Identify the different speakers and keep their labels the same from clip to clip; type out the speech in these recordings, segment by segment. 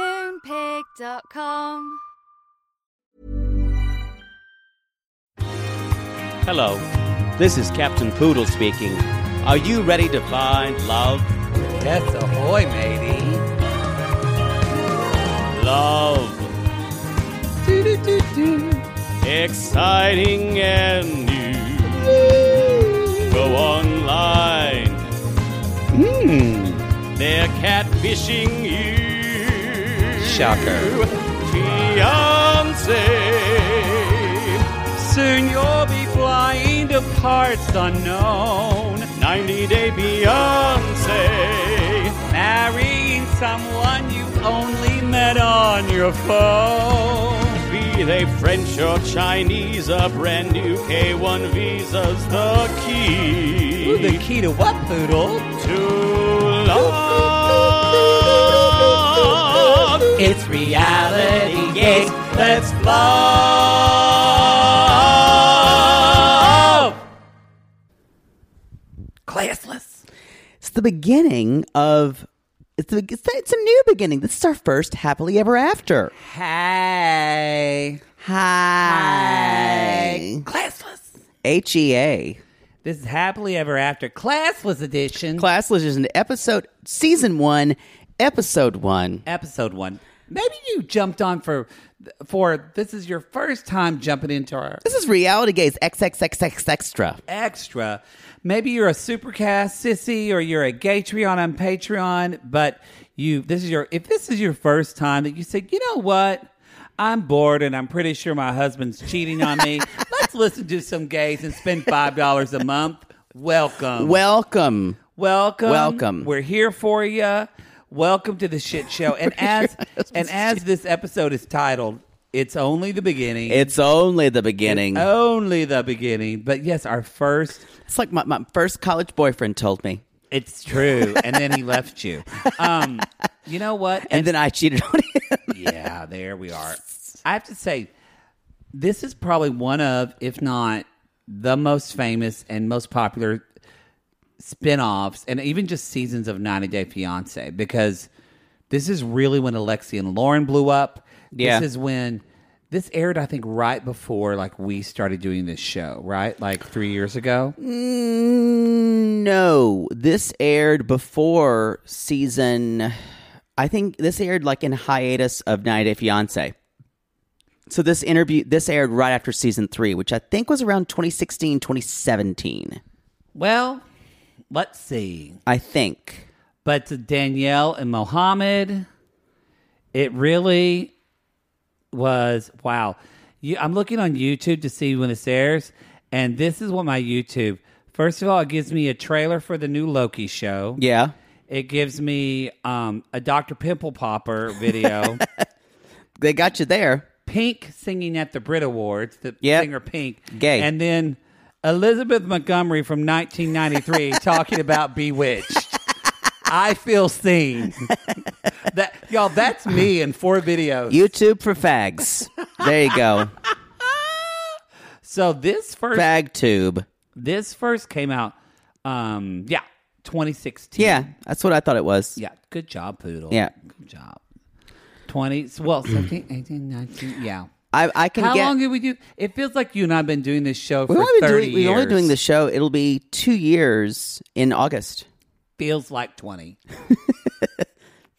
Speaker 1: Moonpig.com.
Speaker 2: Hello, this is Captain Poodle speaking. Are you ready to find love?
Speaker 3: Yes, ahoy, matey.
Speaker 2: Love. Exciting and new. Go online. Hmm. They're catfishing you.
Speaker 3: Shocker.
Speaker 2: Fiance.
Speaker 3: Soon you'll be flying to parts unknown,
Speaker 2: 90 Day Beyonce.
Speaker 3: marrying someone you've only met on your phone.
Speaker 2: Be they French or Chinese, a brand new K1 visa's the key.
Speaker 3: Ooh, the key to what, poodle?
Speaker 2: to love.
Speaker 3: It's reality
Speaker 2: Yes,
Speaker 3: Let's
Speaker 2: love.
Speaker 3: Classless.
Speaker 4: It's the beginning of it's the, it's, it's a new beginning. This is our first happily ever after.
Speaker 3: Hey.
Speaker 4: Hi.
Speaker 3: Classless.
Speaker 4: H E A.
Speaker 3: This is Happily Ever After Classless Edition.
Speaker 4: Classless is an episode season 1, episode 1.
Speaker 3: episode one. Maybe you jumped on for for this is your first time jumping into our
Speaker 4: This is Reality Gaze XXXX extra.
Speaker 3: extra. Maybe you're a supercast sissy or you're a Gatreon on Patreon, but you this is your if this is your first time that you say, you know what? I'm bored and I'm pretty sure my husband's cheating on me. Let's listen to some gays and spend five dollars a month. Welcome.
Speaker 4: Welcome.
Speaker 3: Welcome.
Speaker 4: Welcome.
Speaker 3: We're here for you. Welcome to the shit show. And as and as this episode is titled, it's only the beginning.
Speaker 4: It's only the beginning.
Speaker 3: Oh. only the beginning. But yes, our first
Speaker 4: It's like my, my first college boyfriend told me.
Speaker 3: it's true. And then he left you. Um, you know what?
Speaker 4: And, then I cheated on him.
Speaker 3: yeah, there we are. I have to say, this is probably one of, if not the most famous and most popular spin-offs and even just seasons of 90 Day Fiance because this is really when Alexi and Lauren blew up.
Speaker 4: Yeah.
Speaker 3: This is when this aired, I think, right before like we started doing this show, right? Like three years ago.
Speaker 4: No, this aired before season. I think this aired like in hiatus of 90 Day Fiance. So this interview, this aired right after season three, which I think was around 2016, 2017.
Speaker 3: Well, let's see.
Speaker 4: I think.
Speaker 3: But to Danielle and Mohammed, it really was wow. You, I'm looking on YouTube to see when this airs, and this is what my YouTube. First of all, it gives me a trailer for the new Loki show.
Speaker 4: Yeah.
Speaker 3: It gives me um, a Dr. Pimple Popper video,
Speaker 4: They got you there.
Speaker 3: Pink singing at the Brit Awards, the
Speaker 4: Yep.
Speaker 3: singer Pink,
Speaker 4: Gay.
Speaker 3: and then Elizabeth Montgomery from 1993 talking about Bewitched. I feel seen. that y'all, that's me in four videos.
Speaker 4: YouTube for fags. There you go.
Speaker 3: so this first,
Speaker 4: FagTube.
Speaker 3: this first came out, um, yeah, 2016.
Speaker 4: Yeah, that's what I thought it was.
Speaker 3: yeah. Good job, Poodle.
Speaker 4: Yeah.
Speaker 3: good job. 20, well, 17, 18, 19, yeah.
Speaker 4: I, I can
Speaker 3: How
Speaker 4: get.
Speaker 3: long did we do? It feels like you and I've been doing this show
Speaker 4: we've
Speaker 3: for
Speaker 4: only been
Speaker 3: thirty
Speaker 4: doing,
Speaker 3: years.
Speaker 4: we're only doing this show. It'll be two years in August.
Speaker 3: Feels like twenty.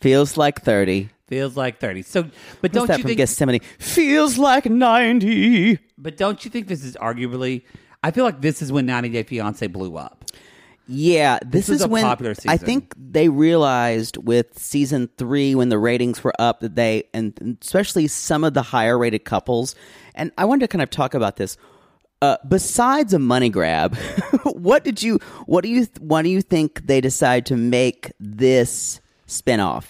Speaker 4: Feels like 30.
Speaker 3: Feels like thirty. So, but
Speaker 4: What's
Speaker 3: don't
Speaker 4: that
Speaker 3: you
Speaker 4: from
Speaker 3: think?
Speaker 4: Gethsemane? Feels like 90.
Speaker 3: But don't you think this is arguably? I feel like this is when 90 Day Fiance blew up.
Speaker 4: Yeah, this,
Speaker 3: was
Speaker 4: is
Speaker 3: a
Speaker 4: when
Speaker 3: popular
Speaker 4: I
Speaker 3: season.
Speaker 4: think they realized with season three when the ratings were up that they and especially some of the higher rated couples. And I wanted to kind of talk about this. Uh, besides a money grab, what did you? What do you? Why do you think they decide to make this spinoff?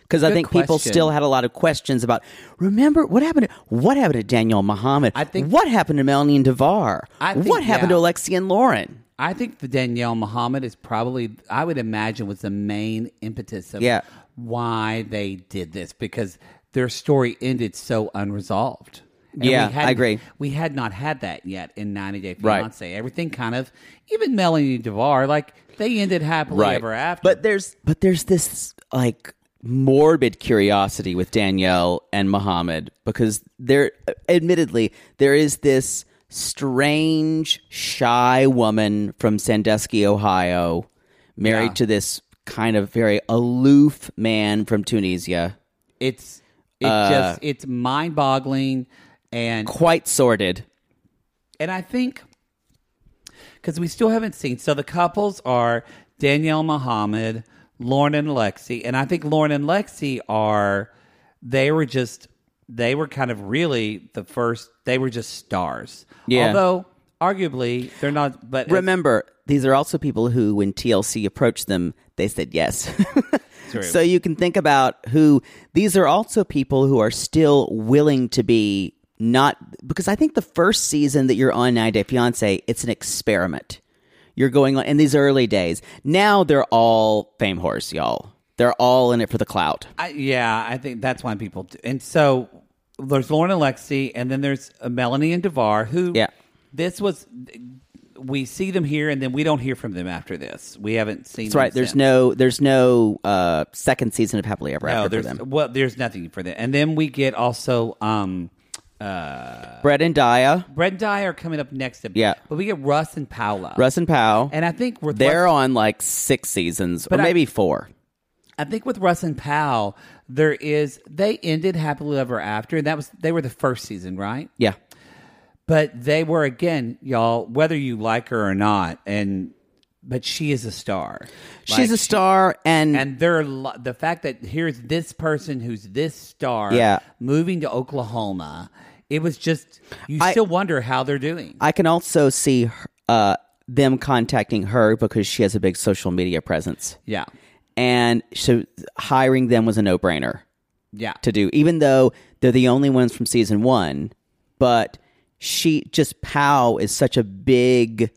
Speaker 4: Because I
Speaker 3: Good
Speaker 4: think people
Speaker 3: question.
Speaker 4: still had a lot of questions about. Remember what happened? To, what happened to Daniel Muhammad?
Speaker 3: I think-
Speaker 4: what happened to Melanie and Devar?
Speaker 3: I think-
Speaker 4: what happened
Speaker 3: yeah.
Speaker 4: to Alexi and Lauren?
Speaker 3: I think the Danielle Muhammad is probably, I would imagine, was the main impetus of
Speaker 4: Yeah.
Speaker 3: why they did this because their story ended so unresolved.
Speaker 4: Yeah,
Speaker 3: we hadn't-
Speaker 4: I agree.
Speaker 3: We had not had that yet in 90 Day
Speaker 4: Right.
Speaker 3: Fiance. Everything kind of, even Melanie DeVar, like they ended happily ever after.
Speaker 4: But there's but there's this like morbid curiosity with Danielle and Muhammad because there admittedly there is this strange shy woman from Sandusky, Ohio, married to this kind of very aloof man from Tunisia.
Speaker 3: it's, it's
Speaker 4: uh,
Speaker 3: just, it's mind boggling. And
Speaker 4: Quite sordid.
Speaker 3: And I think because we still haven't seen, so the couples are Danielle Muhammad, Lauren and Lexi, and I think Lauren and Lexi are they were just they were kind of really the first they were just stars.
Speaker 4: Yeah.
Speaker 3: Although arguably they're not, but
Speaker 4: Remember, these are also people who, when TLC approached them, they said yes. so you can think about who these are also people who are still willing to be not because I think the first season that you're on 9 Day Fiance, it's an experiment. You're going on in these early days. Now they're all fame horse, y'all. They're all in it for the clout.
Speaker 3: I, yeah, I think that's why people. Do. And so there's Lauren and Lexi, and then there's uh, Melanie and Devar. Who?
Speaker 4: Yeah.
Speaker 3: This was. We see them here, and then we don't hear from them after this. We haven't seen.
Speaker 4: That's right. There's no there's no uh, second season of Happily Ever
Speaker 3: No,
Speaker 4: After for
Speaker 3: Oh, there's
Speaker 4: them.
Speaker 3: well, there's nothing for them. And then we get also um,
Speaker 4: Brett and Daya,
Speaker 3: Brett and Dye are coming up next. To,
Speaker 4: Yeah.
Speaker 3: but we get Russ and Paula.
Speaker 4: Russ and Pow.
Speaker 3: and I think with
Speaker 4: they're
Speaker 3: Russ,
Speaker 4: on like six seasons or
Speaker 3: But I-
Speaker 4: maybe four.
Speaker 3: I think with Russ and Pal, there is they ended happily ever after, and that was they were the first season, right?
Speaker 4: Yeah.
Speaker 3: But they were again, y'all, whether you like her or not, and but she is a star.
Speaker 4: She's
Speaker 3: Like,
Speaker 4: a star and,
Speaker 3: and they're lo- the fact that here's this person who's this star,
Speaker 4: Yeah.
Speaker 3: moving to Oklahoma. It was just you
Speaker 4: I-
Speaker 3: still wonder how they're doing.
Speaker 4: I can also see her- uh, them contacting her because she has a big social media presence.
Speaker 3: yeah,
Speaker 4: And so hiring them was a no brainer
Speaker 3: yeah,
Speaker 4: to do, even though they're the only ones from season one. But she just Pow is such a big.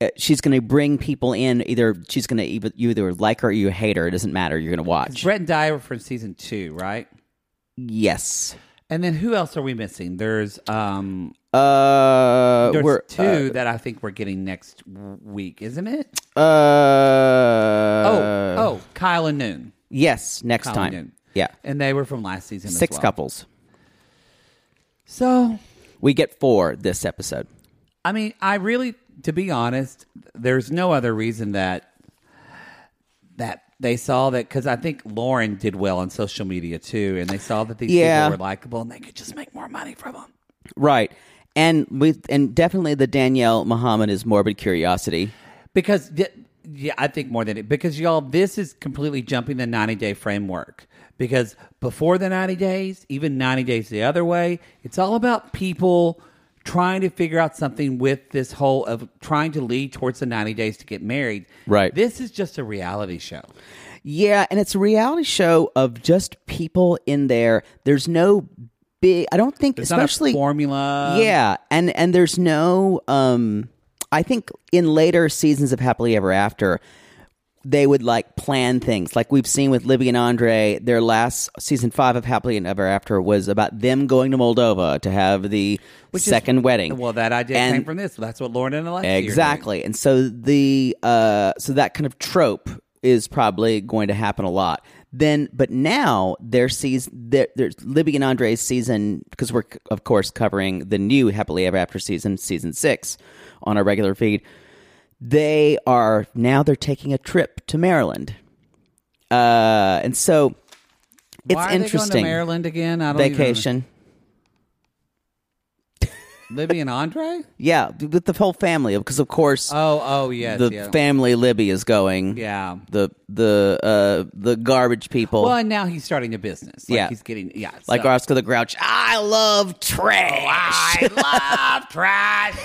Speaker 4: uh, She's going to bring people in. Either she's going to either you either like her or you hate her. It doesn't matter. You're going to watch.
Speaker 3: Brett and Dye were from season two, right?
Speaker 4: Yes.
Speaker 3: And then who else are we missing? There's um,
Speaker 4: Uh,
Speaker 3: there's
Speaker 4: we're
Speaker 3: two that I think we're getting next w- week, isn't it?
Speaker 4: Uh, oh,
Speaker 3: Oh, oh, Kyle and Noon.
Speaker 4: yes, next
Speaker 3: Kyle
Speaker 4: time.
Speaker 3: and Noon.
Speaker 4: Yeah,
Speaker 3: and they were from last season.
Speaker 4: six
Speaker 3: as well.
Speaker 4: couples.
Speaker 3: So
Speaker 4: We get four this episode.
Speaker 3: I mean, I really, to be honest, there's no other reason that that they saw that because I think Lauren did well on social media too, and they saw that these
Speaker 4: Yeah.
Speaker 3: people were likable and they could just make more money from them.
Speaker 4: Right, and we and definitely the Danielle Muhammad is morbid curiosity.
Speaker 3: Because th- yeah, I think more than it because y'all, this is completely jumping the 90 day framework. Because before the 90 days, even 90 days the other way, it's all about people trying to figure out something with this whole of trying to lead towards the 90 days to get married.
Speaker 4: Right.
Speaker 3: This is just a reality show.
Speaker 4: Yeah, and it's a reality show of just people in there. There's no big. I don't think,
Speaker 3: It's
Speaker 4: especially
Speaker 3: not a formula.
Speaker 4: yeah and and there's no um i think in later seasons of happily ever after they would like plan things like we've seen with libby and andre their last season five of happily and ever after was about them going to moldova to have the
Speaker 3: is-
Speaker 4: second wedding
Speaker 3: Well, that idea
Speaker 4: And-
Speaker 3: came from this. That's what Lauren and Alexia are doing.
Speaker 4: exactly and so the uh so that kind of trope is probably going to happen a lot then but now their season their, their libby and andre's season because we're c- of course covering the new happily ever after season season six on our regular feed they are now they're taking a trip to maryland uh and so It's
Speaker 3: Why are They going
Speaker 4: interesting.
Speaker 3: to Maryland again? I don't even-
Speaker 4: Vacation.
Speaker 3: Libby and Andre.
Speaker 4: Yeah, with the whole family, because of course
Speaker 3: Oh, oh yes,
Speaker 4: the
Speaker 3: yeah.
Speaker 4: family Libby is going.
Speaker 3: Yeah.
Speaker 4: the the uh the garbage people.
Speaker 3: Well, and now he's starting a business. Like
Speaker 4: Oh. Yeah.
Speaker 3: he's getting yeah.
Speaker 4: like
Speaker 3: so- Oh,
Speaker 4: Oscar the Grouch, Ah, I love trash.
Speaker 3: I love trash.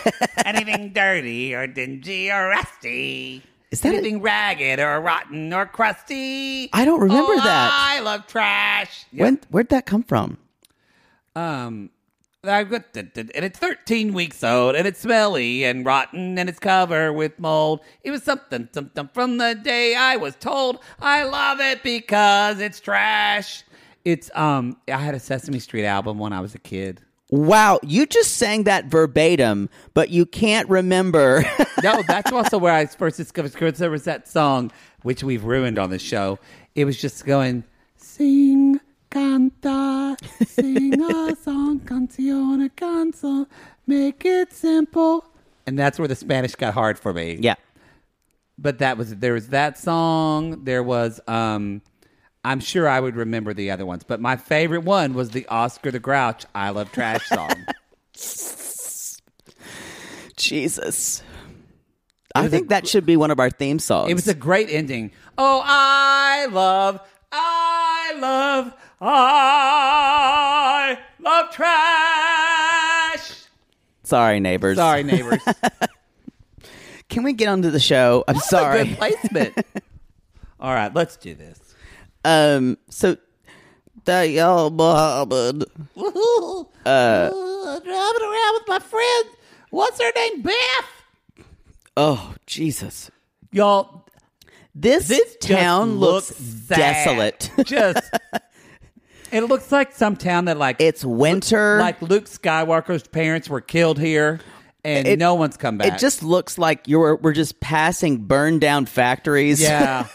Speaker 3: Anything dirty or dingy or rusty.
Speaker 4: Is that a-
Speaker 3: anything ragged or rotten or crusty?
Speaker 4: I don't remember
Speaker 3: Oh,
Speaker 4: that.
Speaker 3: I love trash. Yeah.
Speaker 4: when where'd that come from?
Speaker 3: Um, I've got and it's 13 weeks old, and it's smelly and rotten, and it's covered with mold. It was something, something from the day I was told. I love it because it's trash. It's um, I had a Sesame Street album when I was a kid.
Speaker 4: Wow, you just sang that verbatim, but you can't remember.
Speaker 3: No, that's also where I first discovered Skrillex. There was that song which we've ruined on the show. It was just going sing canta, sing a song, canción, canción, make it simple. And that's where the Spanish got hard for me.
Speaker 4: yeah.
Speaker 3: But that was there was that song. There was um I'm sure I would remember the other ones, but my favorite one was the Oscar the Grouch I Love Trash song.
Speaker 4: Jesus. I think that should be one of our theme songs.
Speaker 3: It was a great ending. Oh, I love, I love, I love trash.
Speaker 4: sorry, neighbors.
Speaker 3: Sorry, neighbors.
Speaker 4: Can we get onto the show? I'm
Speaker 3: Sorry. Good
Speaker 4: sorry.
Speaker 3: placement. All right, let's do this.
Speaker 4: Um. So, the y'all Muhammad.
Speaker 3: Woohoo. Ooh, driving around with my friend. What's her name? Beth.
Speaker 4: Oh Jesus!
Speaker 3: Y'all,
Speaker 4: This,
Speaker 3: this
Speaker 4: town
Speaker 3: just
Speaker 4: looks,
Speaker 3: sad.
Speaker 4: desolate.
Speaker 3: just. It looks like some town that like
Speaker 4: it's winter.
Speaker 3: like Luke Skywalker's parents were killed here, and
Speaker 4: It-
Speaker 3: no one's come back.
Speaker 4: it just looks like you're we're just passing burned down factories.
Speaker 3: yeah.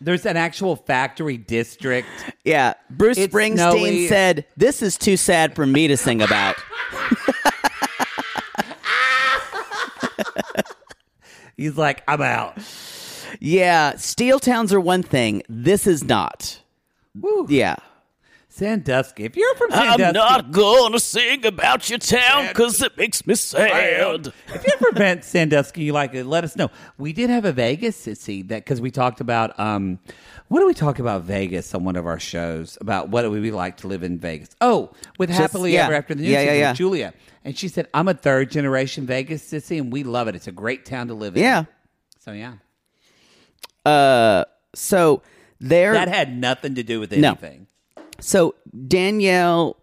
Speaker 3: There's an actual factory district.
Speaker 4: yeah. Bruce
Speaker 3: It's
Speaker 4: Springsteen
Speaker 3: snowy.
Speaker 4: said, "This is too sad for me to sing about."
Speaker 3: He's like, I'm out.
Speaker 4: yeah, steel towns are one thing. This is not. Yeah.
Speaker 3: Sandusky. If you're from Sandusky,
Speaker 4: gonna sing about your town because it makes me sad.
Speaker 3: if you're from Van- Sandusky, you like it, let us know. We did have a Vegas sissy that because we talked about um, what do we talk about Vegas on one of our shows about what it would be like to live in Vegas? Oh, with happily
Speaker 4: yeah.
Speaker 3: ever after the news
Speaker 4: Yeah, yeah,
Speaker 3: season
Speaker 4: yeah.
Speaker 3: with Julia, and she said, "I'm a third generation Vegas sissy, and we love it. It's a great town to live in."
Speaker 4: Yeah.
Speaker 3: So yeah,
Speaker 4: So there.
Speaker 3: that had nothing to do with
Speaker 4: No.
Speaker 3: anything.
Speaker 4: So Danielle,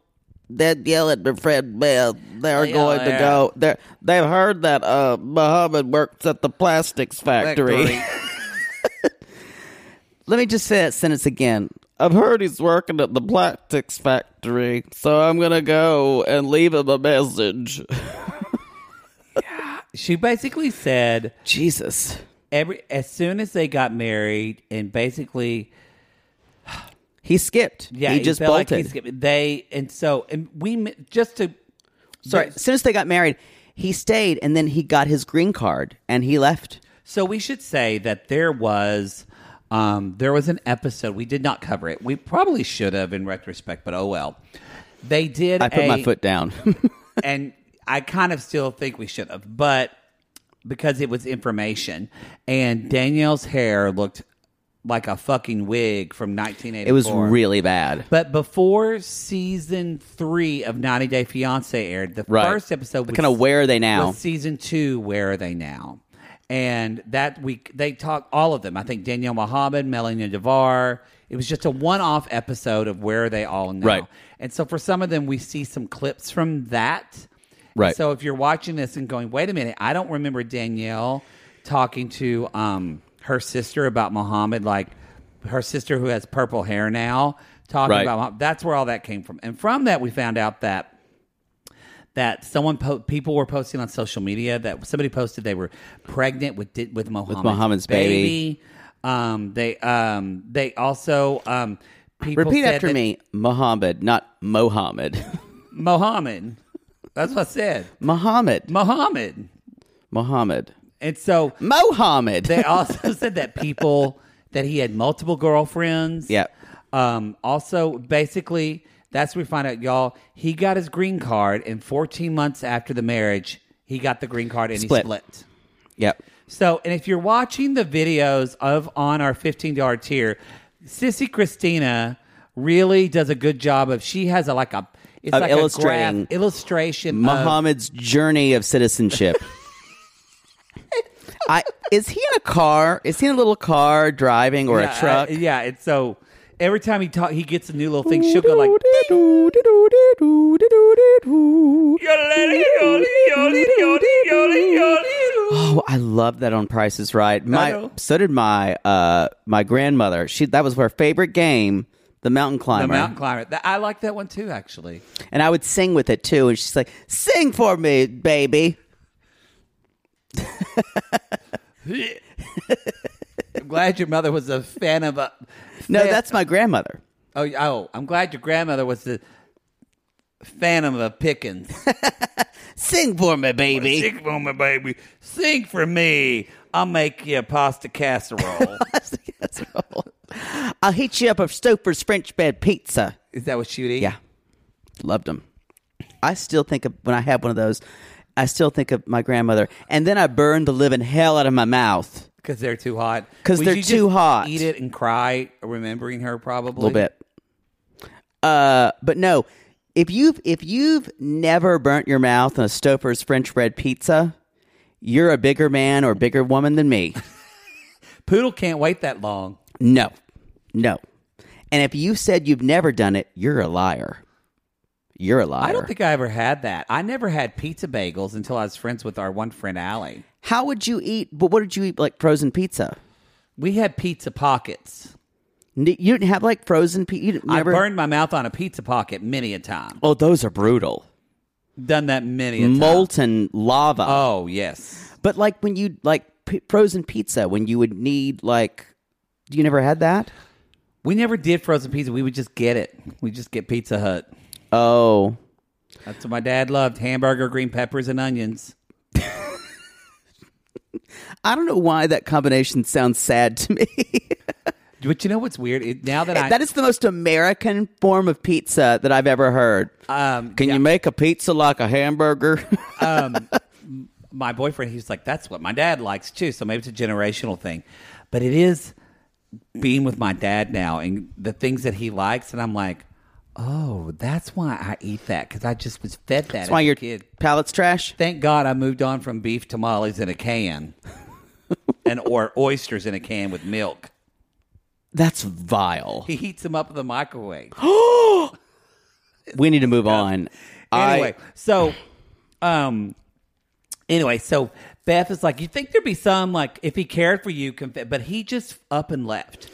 Speaker 4: that yell at the Fred Bell. They're
Speaker 3: Yeah,
Speaker 4: going to
Speaker 3: yeah.
Speaker 4: go. They're, they've heard that uh, Muhammad works at the plastics factory. Let me just say that sentence again. I've heard he's working at the plastics factory, so I'm gonna go and leave him a message.
Speaker 3: She basically said
Speaker 4: Jesus,
Speaker 3: every as soon as they got married and basically
Speaker 4: he skipped.
Speaker 3: yeah
Speaker 4: he
Speaker 3: it
Speaker 4: just
Speaker 3: felt like
Speaker 4: bolted.
Speaker 3: he's gonna- they and so and we mi- just to
Speaker 4: Sorry. As soon as they got married, he stayed, and then he got his green card, and he left.
Speaker 3: so we should say that there was um there was an episode we did not cover it we probably should have in retrospect but oh well they did
Speaker 4: I put
Speaker 3: a-
Speaker 4: my foot down.
Speaker 3: and I kind of still think we should have, but because it was information, and Danielle's hair looked like a fucking wig from 1984.
Speaker 4: it was really bad.
Speaker 3: But before season three of 90 Day Fiance aired, the
Speaker 4: Right.
Speaker 3: first episode was
Speaker 4: Kind of where are they now?
Speaker 3: was season two. Where are they now? And that week they talk all of them. I think Danielle Mohammed, Melania Devar. It was just a one-off episode of where are they all now?
Speaker 4: Right.
Speaker 3: And so for some of them, we see some clips from that.
Speaker 4: Right.
Speaker 3: So if you're watching this and going, wait a minute, I don't remember Danielle talking to um, her sister about Muhammad, like her sister who has purple hair now, talking
Speaker 4: Right.
Speaker 3: about Muhammad. That's where all that came from. And from that, we found out that that someone po- people were posting on social media that somebody posted they were pregnant with di- with Muhammad's,
Speaker 4: Muhammad's baby.
Speaker 3: Um, they um, they also um, people
Speaker 4: Repeat
Speaker 3: said
Speaker 4: after
Speaker 3: that
Speaker 4: me, Muhammad, not Mohammed.
Speaker 3: Muhammad. That's what I said,
Speaker 4: Muhammad,
Speaker 3: Muhammad.
Speaker 4: Muhammad,
Speaker 3: And so
Speaker 4: Mohammed.
Speaker 3: they also said that people that he had multiple girlfriends.
Speaker 4: yeah,
Speaker 3: Um, also, basically, that's where we find out, y'all. He got his green card, and 14 months after the marriage, he got the green card and
Speaker 4: Split.
Speaker 3: he split.
Speaker 4: Yep.
Speaker 3: So, and if you're watching the videos of on our $15 tier, Sissy Christina really does a good job of she has a like a it's
Speaker 4: Of
Speaker 3: like a
Speaker 4: illustrating
Speaker 3: graph, illustration of
Speaker 4: Muhammad's journey of citizenship. I is he in a car? Is he in a little car driving or
Speaker 3: Yeah,
Speaker 4: a truck?
Speaker 3: I- uh, yeah, it's so every time he talk, he gets a new little thing. She'll go like,
Speaker 4: Oh, I love that on Price is Right. My
Speaker 3: know.
Speaker 4: so did my uh my grandmother. She that was her favorite game, the mountain climber.
Speaker 3: the mountain climber. That- I like that one too, actually.
Speaker 4: and I would sing with it too. And she's like, "Sing for me, baby."
Speaker 3: I'm glad your mother was a fan of a.
Speaker 4: No,
Speaker 3: fan-
Speaker 4: that's my grandmother.
Speaker 3: oh, yeah, oh, I'm glad your grandmother was the Phantom of Pickens.
Speaker 4: Sing for me, baby.
Speaker 3: Sing for me, baby. Sing for me. I'll make you a pasta casserole.
Speaker 4: I'll heat you up a Stouffer's French bed pizza.
Speaker 3: Is that what she'd eat?
Speaker 4: Yeah, loved them. I still think of when I had one of those. I still think of my grandmother, and then I burned the living hell out of my mouth
Speaker 3: Because they're too hot.
Speaker 4: 'Cause
Speaker 3: Would
Speaker 4: they're
Speaker 3: you just
Speaker 4: too hot.
Speaker 3: Eat it and cry, remembering her probably.
Speaker 4: a little bit. Uh, but no, if you've if you've never burnt your mouth on a Stouffer's French bread pizza, you're a bigger man or bigger woman than me.
Speaker 3: Poodle can't wait that long.
Speaker 4: No, no. And if you said you've never done it, you're a liar. You're a liar.
Speaker 3: I don't think I ever had that. I never had pizza bagels until I was friends with our one friend Allie.
Speaker 4: How would you eat? But what did you eat? Like frozen pizza?
Speaker 3: We had pizza pockets.
Speaker 4: N- You didn't have like frozen pizza. You didn't never.
Speaker 3: I burned my mouth on a pizza pocket many a time.
Speaker 4: oh, those are brutal.
Speaker 3: Done that many a time.
Speaker 4: Molten lava.
Speaker 3: Oh yes.
Speaker 4: but like when you like p- frozen pizza, when you would need like, you never had that.
Speaker 3: We never did frozen pizza. We would just get it. We just get Pizza Hut.
Speaker 4: Oh,
Speaker 3: That's what my dad loved: hamburger, green peppers, and onions.
Speaker 4: I don't know why that combination sounds sad to me.
Speaker 3: But you know what's weird? It, now that I
Speaker 4: that is the most American form of pizza that I've ever heard.
Speaker 3: um,
Speaker 4: Can you make a pizza like a hamburger?
Speaker 3: my boyfriend, he's like, that's what my dad likes too. So maybe it's a generational thing, but it is being with my dad now and the things that he likes. And I'm like, oh, that's why I eat that because I just was fed that.
Speaker 4: That's why
Speaker 3: as a
Speaker 4: your
Speaker 3: kid.
Speaker 4: palate's trash.
Speaker 3: Thank God I moved on from beef tamales in a can, and or oysters in a can with milk.
Speaker 4: That's vile.
Speaker 3: He heats them up in the microwave.
Speaker 4: We need to move on.
Speaker 3: anyway,
Speaker 4: I,
Speaker 3: so um anyway, so Beth is like, you think there'd be some like if he cared for you, conf-, but he just up and left.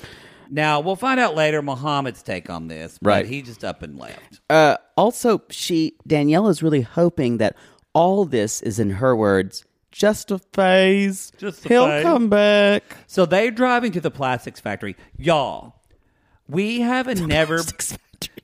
Speaker 3: Now we'll find out later Muhammad's take on this, but
Speaker 4: Right.
Speaker 3: he just up and left.
Speaker 4: Uh, also, she Danielle is really hoping that all this is, in her words, just a phase.
Speaker 3: Just a
Speaker 4: he'll
Speaker 3: phase.
Speaker 4: come back.
Speaker 3: So they're driving to the plastics factory, y'all. We have a never,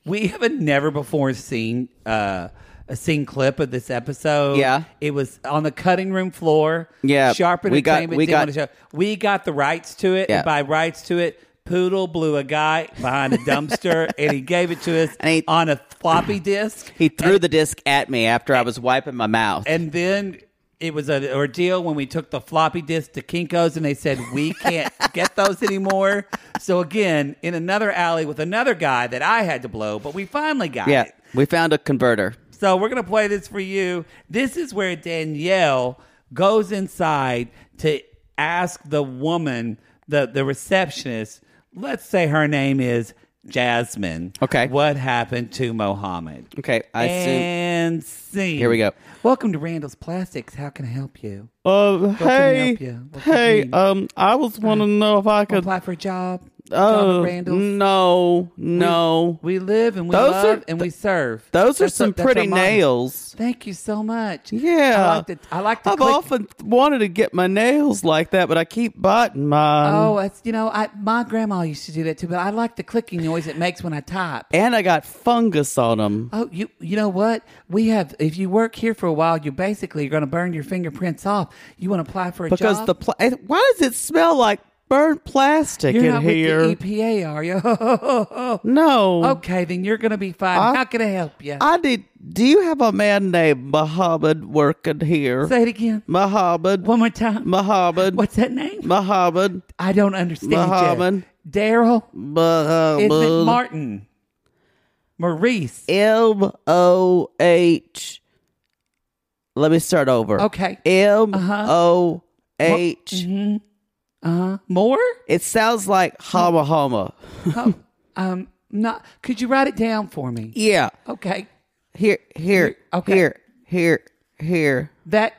Speaker 3: we have a never before seen uh, a seen clip of this episode.
Speaker 4: Yeah.
Speaker 3: it was on the cutting room floor.
Speaker 4: Yeah.
Speaker 3: Sharp
Speaker 4: We got-
Speaker 3: Entertainment.
Speaker 4: we
Speaker 3: We
Speaker 4: got-
Speaker 3: got, we got, we got the rights to it.
Speaker 4: Yeah.
Speaker 3: And by rights to it, Poodle blew a guy behind a dumpster, and he gave it to us
Speaker 4: And he-
Speaker 3: on a floppy disk.
Speaker 4: He threw the disc at me after I was wiping my mouth.
Speaker 3: And then it was an ordeal when we took the floppy disk to Kinko's and they said, we can't get those anymore. So again, in another alley with another guy that I had to blow, but we finally got
Speaker 4: yeah,
Speaker 3: it.
Speaker 4: we found a converter.
Speaker 3: So we're going to play this for you. This is where Danielle goes inside to ask the woman, the, the receptionist, let's say her name is Jasmine.
Speaker 4: Okay.
Speaker 3: What happened to Mohammed?
Speaker 4: Okay, I assume.
Speaker 3: and scene.
Speaker 4: Here we go.
Speaker 3: Welcome to Randall's Plastics. How can I help you?
Speaker 1: Uh,
Speaker 3: can
Speaker 1: hey,
Speaker 3: help you? What can
Speaker 1: hey,
Speaker 3: we- Uh,
Speaker 1: um, I was wanting to know if I could.
Speaker 3: Apply for a job.
Speaker 1: Oh,
Speaker 3: job at Randall's.
Speaker 4: no, no.
Speaker 3: We live and we
Speaker 1: Those
Speaker 3: love
Speaker 1: are-
Speaker 3: and we serve.
Speaker 1: those are
Speaker 3: That's
Speaker 1: some
Speaker 3: that's our
Speaker 1: pretty
Speaker 3: motto.
Speaker 1: nails.
Speaker 3: Thank you so much.
Speaker 1: yeah,
Speaker 3: I like to. I like to
Speaker 1: I've
Speaker 3: click.
Speaker 1: often wanted to get my nails like that, but I keep biting mine.
Speaker 3: Oh, that's you know, I my grandma used to do that too, but I like the clicking noise it makes when I type.
Speaker 1: and I got fungus on them.
Speaker 3: Oh, you you know what? We have if you work here for a while, you basically are going to burn your fingerprints off. You want to apply for a
Speaker 1: because
Speaker 3: job
Speaker 1: the pla- eh, why does it smell like burnt plastic
Speaker 3: You're
Speaker 1: in
Speaker 3: not
Speaker 1: here.
Speaker 3: with the EPA, are you?
Speaker 1: no.
Speaker 3: okay, then you're gonna be fine.
Speaker 1: I-
Speaker 3: How can I help you?
Speaker 1: I did. Do you have a man named Muhammad working here?
Speaker 3: Say it again.
Speaker 1: Muhammad.
Speaker 3: One more time.
Speaker 1: Muhammad.
Speaker 3: What's that name?
Speaker 1: Muhammad.
Speaker 3: I don't understand. you.
Speaker 1: Muhammad.
Speaker 3: Daryl.
Speaker 1: Muhammad.
Speaker 3: Is it Martin? Maurice.
Speaker 1: M O H. Let me start over.
Speaker 3: Okay. Uh-huh. Mm-hmm.
Speaker 1: M O H.
Speaker 3: More?
Speaker 1: It sounds like hama hama.
Speaker 3: Um, not. Could you write it down for me?
Speaker 1: Yeah.
Speaker 3: Okay.
Speaker 1: Here, here,
Speaker 3: Okay.
Speaker 1: here, here, here.
Speaker 3: That.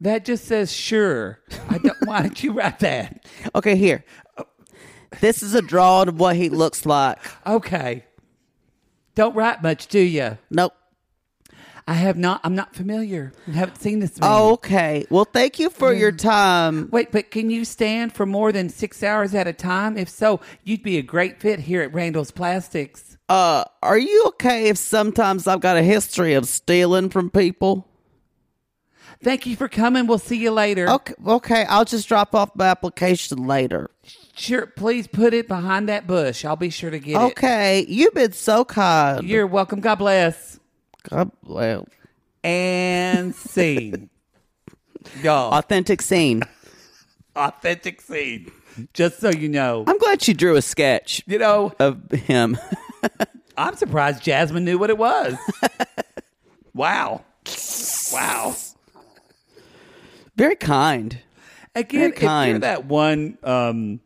Speaker 3: That just says sure. I don't. why don't you write that?
Speaker 1: Okay, here. This is a drawing of what he looks like.
Speaker 3: Okay. Don't write much, do you?
Speaker 1: Nope.
Speaker 3: I have not. I'm not familiar. I haven't seen this. Man.
Speaker 1: Oh, Okay. Well, thank you for your time.
Speaker 3: Wait, but can you stand for more than six hours at a time? If so, you'd be a great fit here at Randall's Plastics.
Speaker 1: Uh, are you okay if sometimes I've got a history of stealing from people?
Speaker 3: Thank you for coming. We'll see you later.
Speaker 1: Okay, okay. I'll just drop off my application later.
Speaker 3: Sure, please put it behind that bush. I'll be sure to get it.
Speaker 1: Okay. You've been so kind.
Speaker 3: You're welcome. God bless.
Speaker 1: God bless.
Speaker 3: And scene. Y'all,
Speaker 4: Authentic scene.
Speaker 3: authentic scene. Just so you know.
Speaker 4: I'm glad she drew a sketch
Speaker 3: You know,
Speaker 4: of him.
Speaker 3: I'm surprised Jasmine knew what it was. wow. Wow.
Speaker 4: Very kind.
Speaker 3: Again, if you're
Speaker 4: kind.
Speaker 3: that one um,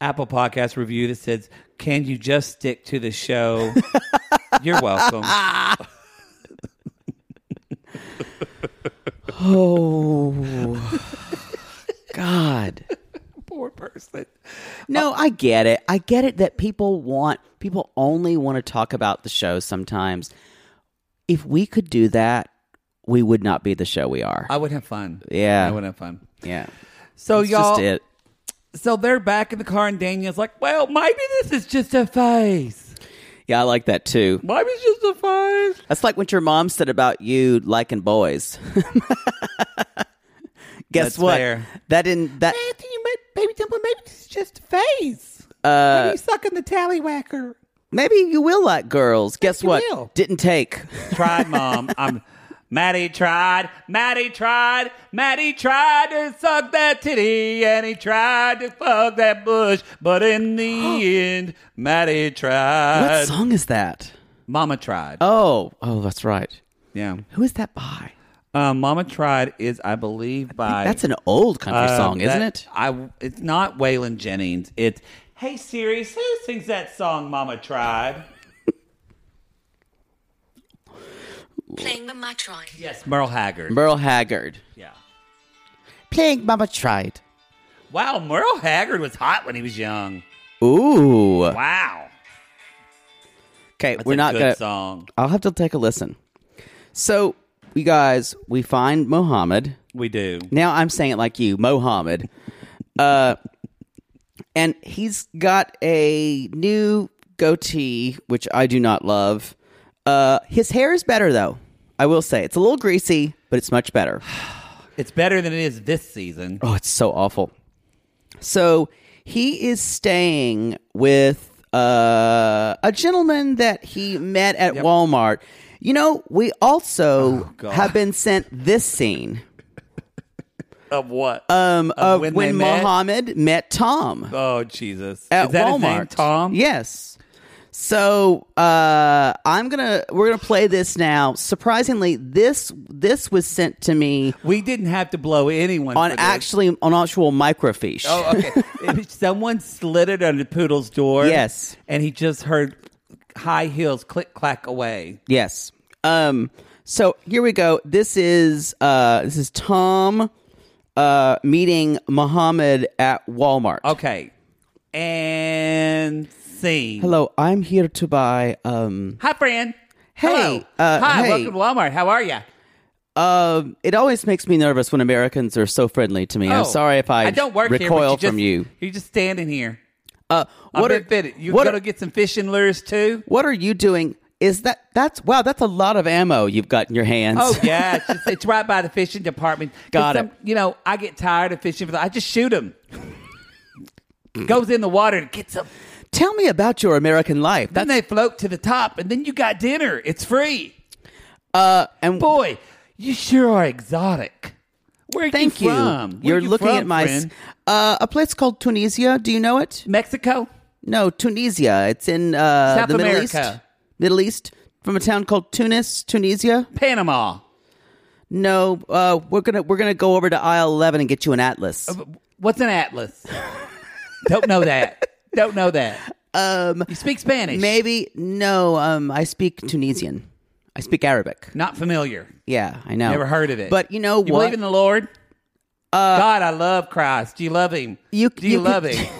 Speaker 3: Apple Podcast review that says, "Can you just stick to the show?" you're welcome. Oh.
Speaker 4: God.
Speaker 3: Poor person.
Speaker 4: No, I get it. I get it that people want, people only want to talk about the show sometimes. If we could do that, we would not be the show we are.
Speaker 3: I would have fun.
Speaker 4: Yeah.
Speaker 3: I would have fun.
Speaker 4: yeah.
Speaker 3: So
Speaker 4: That's
Speaker 3: y'all,
Speaker 4: just it.
Speaker 3: so they're back in the car, and Daniel's like, "Well, maybe this is just a phase.
Speaker 4: Yeah, I like that too.
Speaker 3: Maybe it's just a phase."
Speaker 4: That's like what your mom said about you liking boys. Guess
Speaker 3: That's
Speaker 4: what?
Speaker 3: fair.
Speaker 4: That didn't that
Speaker 3: Anthony, you might- baby dimple, maybe this is just a phase. maybe you sucking the tallywhacker.
Speaker 4: maybe you will like girls. Guess
Speaker 3: you
Speaker 4: what?
Speaker 3: will.
Speaker 4: Didn't take.
Speaker 3: tried, mom. I'm Maddie tried, Maddie tried, Maddie tried to suck that titty, and he tried to fuck that bush, but in the end, Maddie
Speaker 4: What
Speaker 3: tried.
Speaker 4: song is that?
Speaker 3: Mama tried.
Speaker 4: Uh, Oh, oh, that's right.
Speaker 3: Yeah,
Speaker 4: Who is that by?
Speaker 3: um, Mama tried is, I believe, by
Speaker 4: That's an old country
Speaker 3: um,
Speaker 4: song, isn't
Speaker 3: that-
Speaker 4: it?
Speaker 3: I. It's not Waylon Jennings. It's Hey Siri, who sings that song? Mama tried.
Speaker 5: Playing the Matron.
Speaker 3: Yes, Merle Haggard.
Speaker 4: Merle Haggard.
Speaker 3: yeah.
Speaker 4: Playing Mama Tried.
Speaker 3: Wow, Merle Haggard was hot when he was young.
Speaker 4: Ooh.
Speaker 3: Wow.
Speaker 4: Okay,
Speaker 3: That's
Speaker 4: we're
Speaker 3: a
Speaker 4: not
Speaker 3: good
Speaker 4: gonna.
Speaker 3: song.
Speaker 4: I'll have to take a listen. So, you guys, we find Mohammed.
Speaker 3: We do.
Speaker 4: Now I'm saying it like you, Mohammed. Uh, and he's got a new goatee, which I do not love. Uh, his hair is better though. I will say it's a little greasy, but it's much better.
Speaker 3: It's better than it is this season.
Speaker 4: Oh, it's so awful. So he is staying with uh, a gentleman that he met at Walmart. You know, we also
Speaker 3: Oh, God.
Speaker 4: have been sent this scene
Speaker 3: Of what?
Speaker 4: um, of
Speaker 3: when
Speaker 4: when,
Speaker 3: they met?
Speaker 4: Mohammed met Tom
Speaker 3: oh Jesus!
Speaker 4: at
Speaker 3: is that
Speaker 4: Walmart.
Speaker 3: his name, Tom?
Speaker 4: Yes. So uh, I'm gonna we're gonna play this now. Surprisingly, this this was sent to me
Speaker 3: We didn't have to blow anyone
Speaker 4: on
Speaker 3: for this.
Speaker 4: actually on actual microfiche.
Speaker 3: Oh, okay. If Someone slid it under Poodle's door.
Speaker 4: Yes.
Speaker 3: and he just heard high heels click clack away.
Speaker 4: Yes. Um. So here we go. This is uh this is Tom uh meeting Muhammad at Walmart.
Speaker 3: Okay, and scene.
Speaker 4: Hello, I'm here to buy um
Speaker 3: hi friend.
Speaker 4: Hey,
Speaker 3: Hello.
Speaker 4: uh,
Speaker 3: hi,
Speaker 4: hey.
Speaker 3: welcome to Walmart. How are you?
Speaker 4: Um, it always makes me nervous when Americans are so friendly to me. I'm sorry if I,
Speaker 3: Oh. I don't work here, but
Speaker 4: recoil
Speaker 3: you just-
Speaker 4: from you.
Speaker 3: You're just standing here.
Speaker 4: Uh,
Speaker 3: I'm
Speaker 4: what are
Speaker 3: fitted. You
Speaker 4: what,
Speaker 3: gonna
Speaker 4: are,
Speaker 3: get some fishing lures too?
Speaker 4: what are you doing? Is that that's wow? That's a lot of ammo you've got in your hands.
Speaker 3: Oh yeah, it's, just- it's right by the fishing department. 'Cause
Speaker 4: Got it.
Speaker 3: you know, I get tired of fishing. For the, I just shoot them.
Speaker 4: Mm.
Speaker 3: goes in the water and gets them.
Speaker 4: Tell me about your American life.
Speaker 3: Then they float to the top, and then you got dinner. It's free.
Speaker 4: Uh, and
Speaker 3: Boy, you sure are exotic. Where are
Speaker 4: thank
Speaker 3: you
Speaker 4: you.
Speaker 3: from? Where
Speaker 4: You're
Speaker 3: you
Speaker 4: looking
Speaker 3: from,
Speaker 4: at my s-
Speaker 3: friend?
Speaker 4: uh, a place called Tunisia. Do you know it?
Speaker 3: Mexico.
Speaker 4: No, Tunisia. It's in uh,
Speaker 3: South
Speaker 4: the Middle East.
Speaker 3: America.
Speaker 4: Middle East. From a town called Tunis, Tunisia.
Speaker 3: Panama.
Speaker 4: No, uh, we're gonna we're gonna go over to aisle eleven and get you an atlas.
Speaker 3: Oh, What's an atlas? Don't know that. Don't know that. Um, you speak Spanish?
Speaker 4: Maybe no. Um, I speak Tunisian. I speak Arabic.
Speaker 3: Not familiar.
Speaker 4: Yeah, I know.
Speaker 3: Never heard of it.
Speaker 4: But you know
Speaker 3: You
Speaker 4: what? Uh,
Speaker 3: believe in the Lord? God, I love Christ. Do you love Him?
Speaker 4: You-
Speaker 3: do you,
Speaker 4: you
Speaker 3: love
Speaker 4: could-
Speaker 3: Him?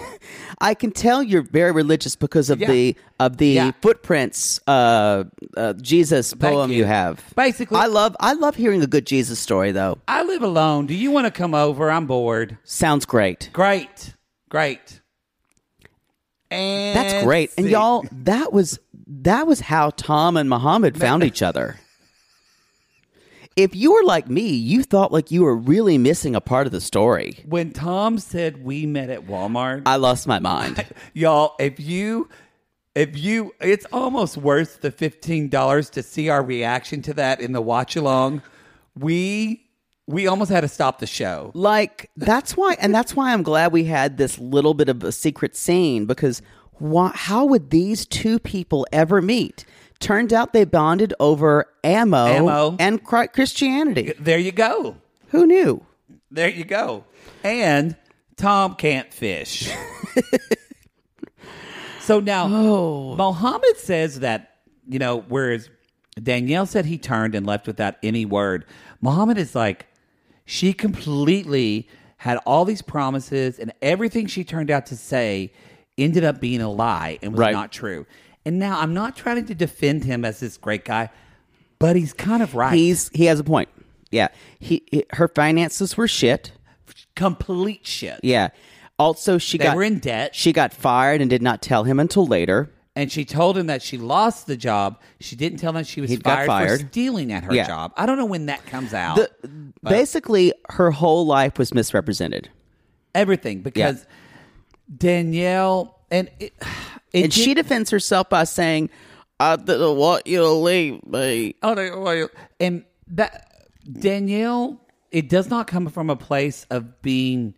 Speaker 4: I can tell you're very religious because of
Speaker 3: Yeah.
Speaker 4: the of the
Speaker 3: Yeah.
Speaker 4: footprints uh, uh, Jesus
Speaker 3: Thank
Speaker 4: poem you.
Speaker 3: you.
Speaker 4: have.
Speaker 3: Basically-
Speaker 4: I love I love hearing a good Jesus story though.
Speaker 3: I live alone. Do you want to come over? I'm bored.
Speaker 4: Sounds great.
Speaker 3: Great, great. And
Speaker 4: That's great. And
Speaker 3: see.
Speaker 4: y'all, that was that was how Tom and Muhammad found each other. If you were like me, you thought like you were really missing a part of the story.
Speaker 3: when Tom said we met at Walmart,
Speaker 4: I lost my mind.
Speaker 3: y'all, if you, if you, it's almost worth the fifteen dollars to see our reaction to that in the watch along. We we almost had to stop the show.
Speaker 4: Like that's why, and that's why I'm glad we had this little bit of a secret scene because why, how would these two people ever meet? Turned out they bonded over ammo,
Speaker 3: Ammo.
Speaker 4: and cri- Christianity.
Speaker 3: There you go.
Speaker 4: Who knew?
Speaker 3: There you go. And Tom can't fish. so now
Speaker 4: Oh.
Speaker 3: Mohammed says that, you know, whereas Danielle said he turned and left without any word, Mohammed is like, she completely had all these promises and everything she turned out to say ended up being a lie and was
Speaker 4: Right.
Speaker 3: not true. And now I'm not trying to defend him as this great guy, but he's kind of right.
Speaker 4: He's he has a point. Yeah, he, he- her finances were shit.
Speaker 3: complete shit.
Speaker 4: Yeah. Also, she
Speaker 3: They
Speaker 4: got
Speaker 3: were in debt.
Speaker 4: She got fired and did not tell him until later.
Speaker 3: and she told him that she lost the job. She didn't tell him she was
Speaker 4: He got
Speaker 3: fired,
Speaker 4: fired.
Speaker 3: for stealing at her
Speaker 4: Yeah.
Speaker 3: job. I don't know when that comes out.
Speaker 4: The, basically, her whole life was misrepresented,
Speaker 3: Everything because Danielle and it, it
Speaker 4: and she
Speaker 3: did-
Speaker 4: defends herself by saying, "I didn't want you to leave me."
Speaker 3: oh, no, oh, you- and that Danielle it does not come from a place of being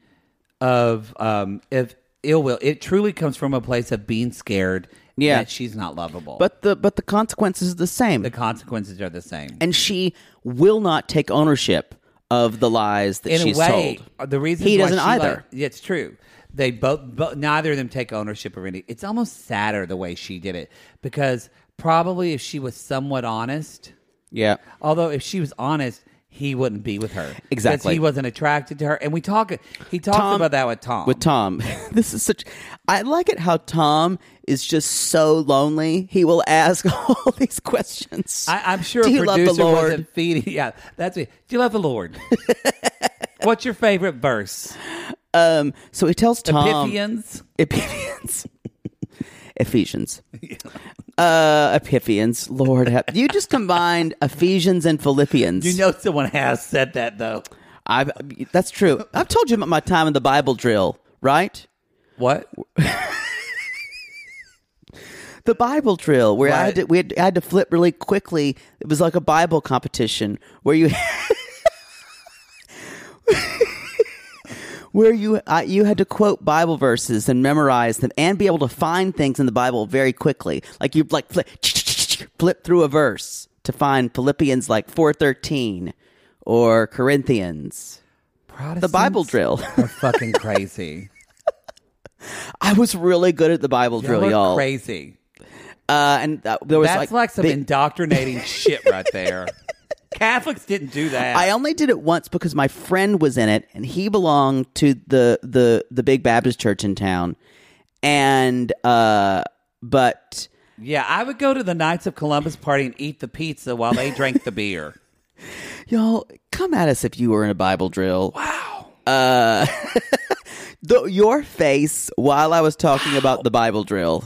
Speaker 3: of um of ill will. It truly comes from a place of being scared
Speaker 4: Yeah.
Speaker 3: that she's not lovable.
Speaker 4: But the but the consequences are the same,
Speaker 3: the consequences are the same.
Speaker 4: and she will not take ownership of the lies that
Speaker 3: in
Speaker 4: she's
Speaker 3: a way, uh,
Speaker 4: told.
Speaker 3: the reason
Speaker 4: he
Speaker 3: why
Speaker 4: doesn't
Speaker 3: she
Speaker 4: either.
Speaker 3: li- it's true. They both, bo- neither of them take ownership of any. It's almost sadder the way she did it because probably if she was somewhat honest,
Speaker 4: yeah,
Speaker 3: although if she was honest, he wouldn't be with her 'Cause
Speaker 4: Exactly.
Speaker 3: He wasn't attracted to her, and we talk. He talks about that with Tom.
Speaker 4: With Tom, this is such. I like it how Tom is just so lonely. He will ask all these questions.
Speaker 3: I, I'm sure
Speaker 4: Do
Speaker 3: a
Speaker 4: you love
Speaker 3: producer
Speaker 4: the Lord?
Speaker 3: wasn't feeding. Yeah, that's it. Do you love the Lord? What's your favorite verse?
Speaker 4: Um, so he tells Tom
Speaker 3: Epiphians.
Speaker 4: Epiphanians. Ephesians. Uh, Epiphians. Lord, have, you just combined Ephesians and Philippians.
Speaker 3: You know someone has said that though.
Speaker 4: I've, that's true. I've told you about my time in the Bible drill, right?
Speaker 3: What?
Speaker 4: The Bible drill where I had
Speaker 3: Right.
Speaker 4: to, we had, I had to flip really quickly. It was like a Bible competition where you where you I, you had to quote Bible verses and memorize them and be able to find things in the Bible very quickly. Like you like flip flip through a verse to find Philippians like 4:13 or Corinthians.
Speaker 3: Protestants
Speaker 4: The Bible drill.
Speaker 3: are fucking crazy.
Speaker 4: I was really good at the Bible drill,
Speaker 3: Y'all are
Speaker 4: y'all.
Speaker 3: crazy.
Speaker 4: Uh, and uh, there was
Speaker 3: That's like,
Speaker 4: like,
Speaker 3: some
Speaker 4: big-
Speaker 3: indoctrinating shit right there. Catholics didn't do that.
Speaker 4: I only did it once because my friend was in it, and he belonged to the the the big Baptist church in town. And uh, but
Speaker 3: yeah, I would go to the Knights of Columbus party and eat the pizza while they drank the beer.
Speaker 4: y'all come at us if you were in a Bible drill. Wow. Uh, the, your face while I was talking about the Bible drill.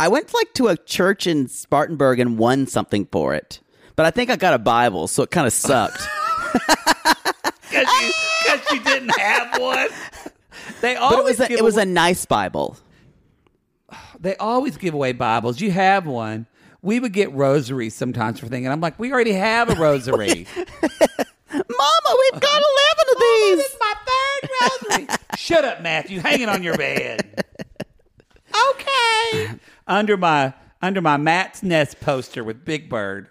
Speaker 4: I went like to a church in Spartanburg and won something for it, but I think I got a Bible, so it kind of sucked.
Speaker 3: Because you, 'cause you didn't have one. They
Speaker 4: But it was
Speaker 3: always
Speaker 4: a,
Speaker 3: give
Speaker 4: it was
Speaker 3: away-
Speaker 4: a nice Bible.
Speaker 3: they always give away Bibles. You have one. We would get rosaries sometimes for things, and I'm like, we already have a rosary.
Speaker 4: Mama, we've got eleven of these.
Speaker 3: my third rosary. Shut up, Matthew. Hang it on your bed. Okay. Under my under my Matt's Nest poster with Big Bird.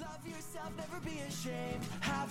Speaker 6: Love yourself, never be ashamed. Have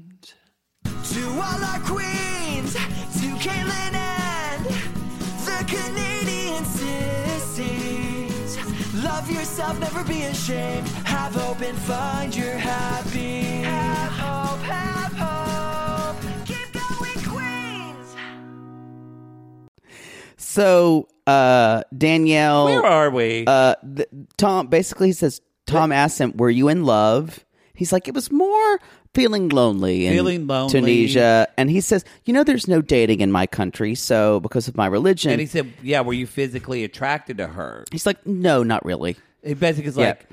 Speaker 6: To all our queens, to Caitlin and the Canadian sissies. Love yourself, never be ashamed. Have hope and find your happy. Have hope, have hope. Keep going, queens.
Speaker 4: So uh, Danielle,
Speaker 3: Where are we?
Speaker 4: uh, th- Tom basically he says Tom asked him, "Were you in love?" He's like, "It was more feeling lonely in
Speaker 3: Feeling lonely.
Speaker 4: Tunisia." And he says, "You know, there's no dating in my country, so because of my religion."
Speaker 3: And he said, "Yeah, were you physically attracted to her?"
Speaker 4: he's like, "No, not really."
Speaker 3: It basically is
Speaker 4: Yeah.
Speaker 3: like,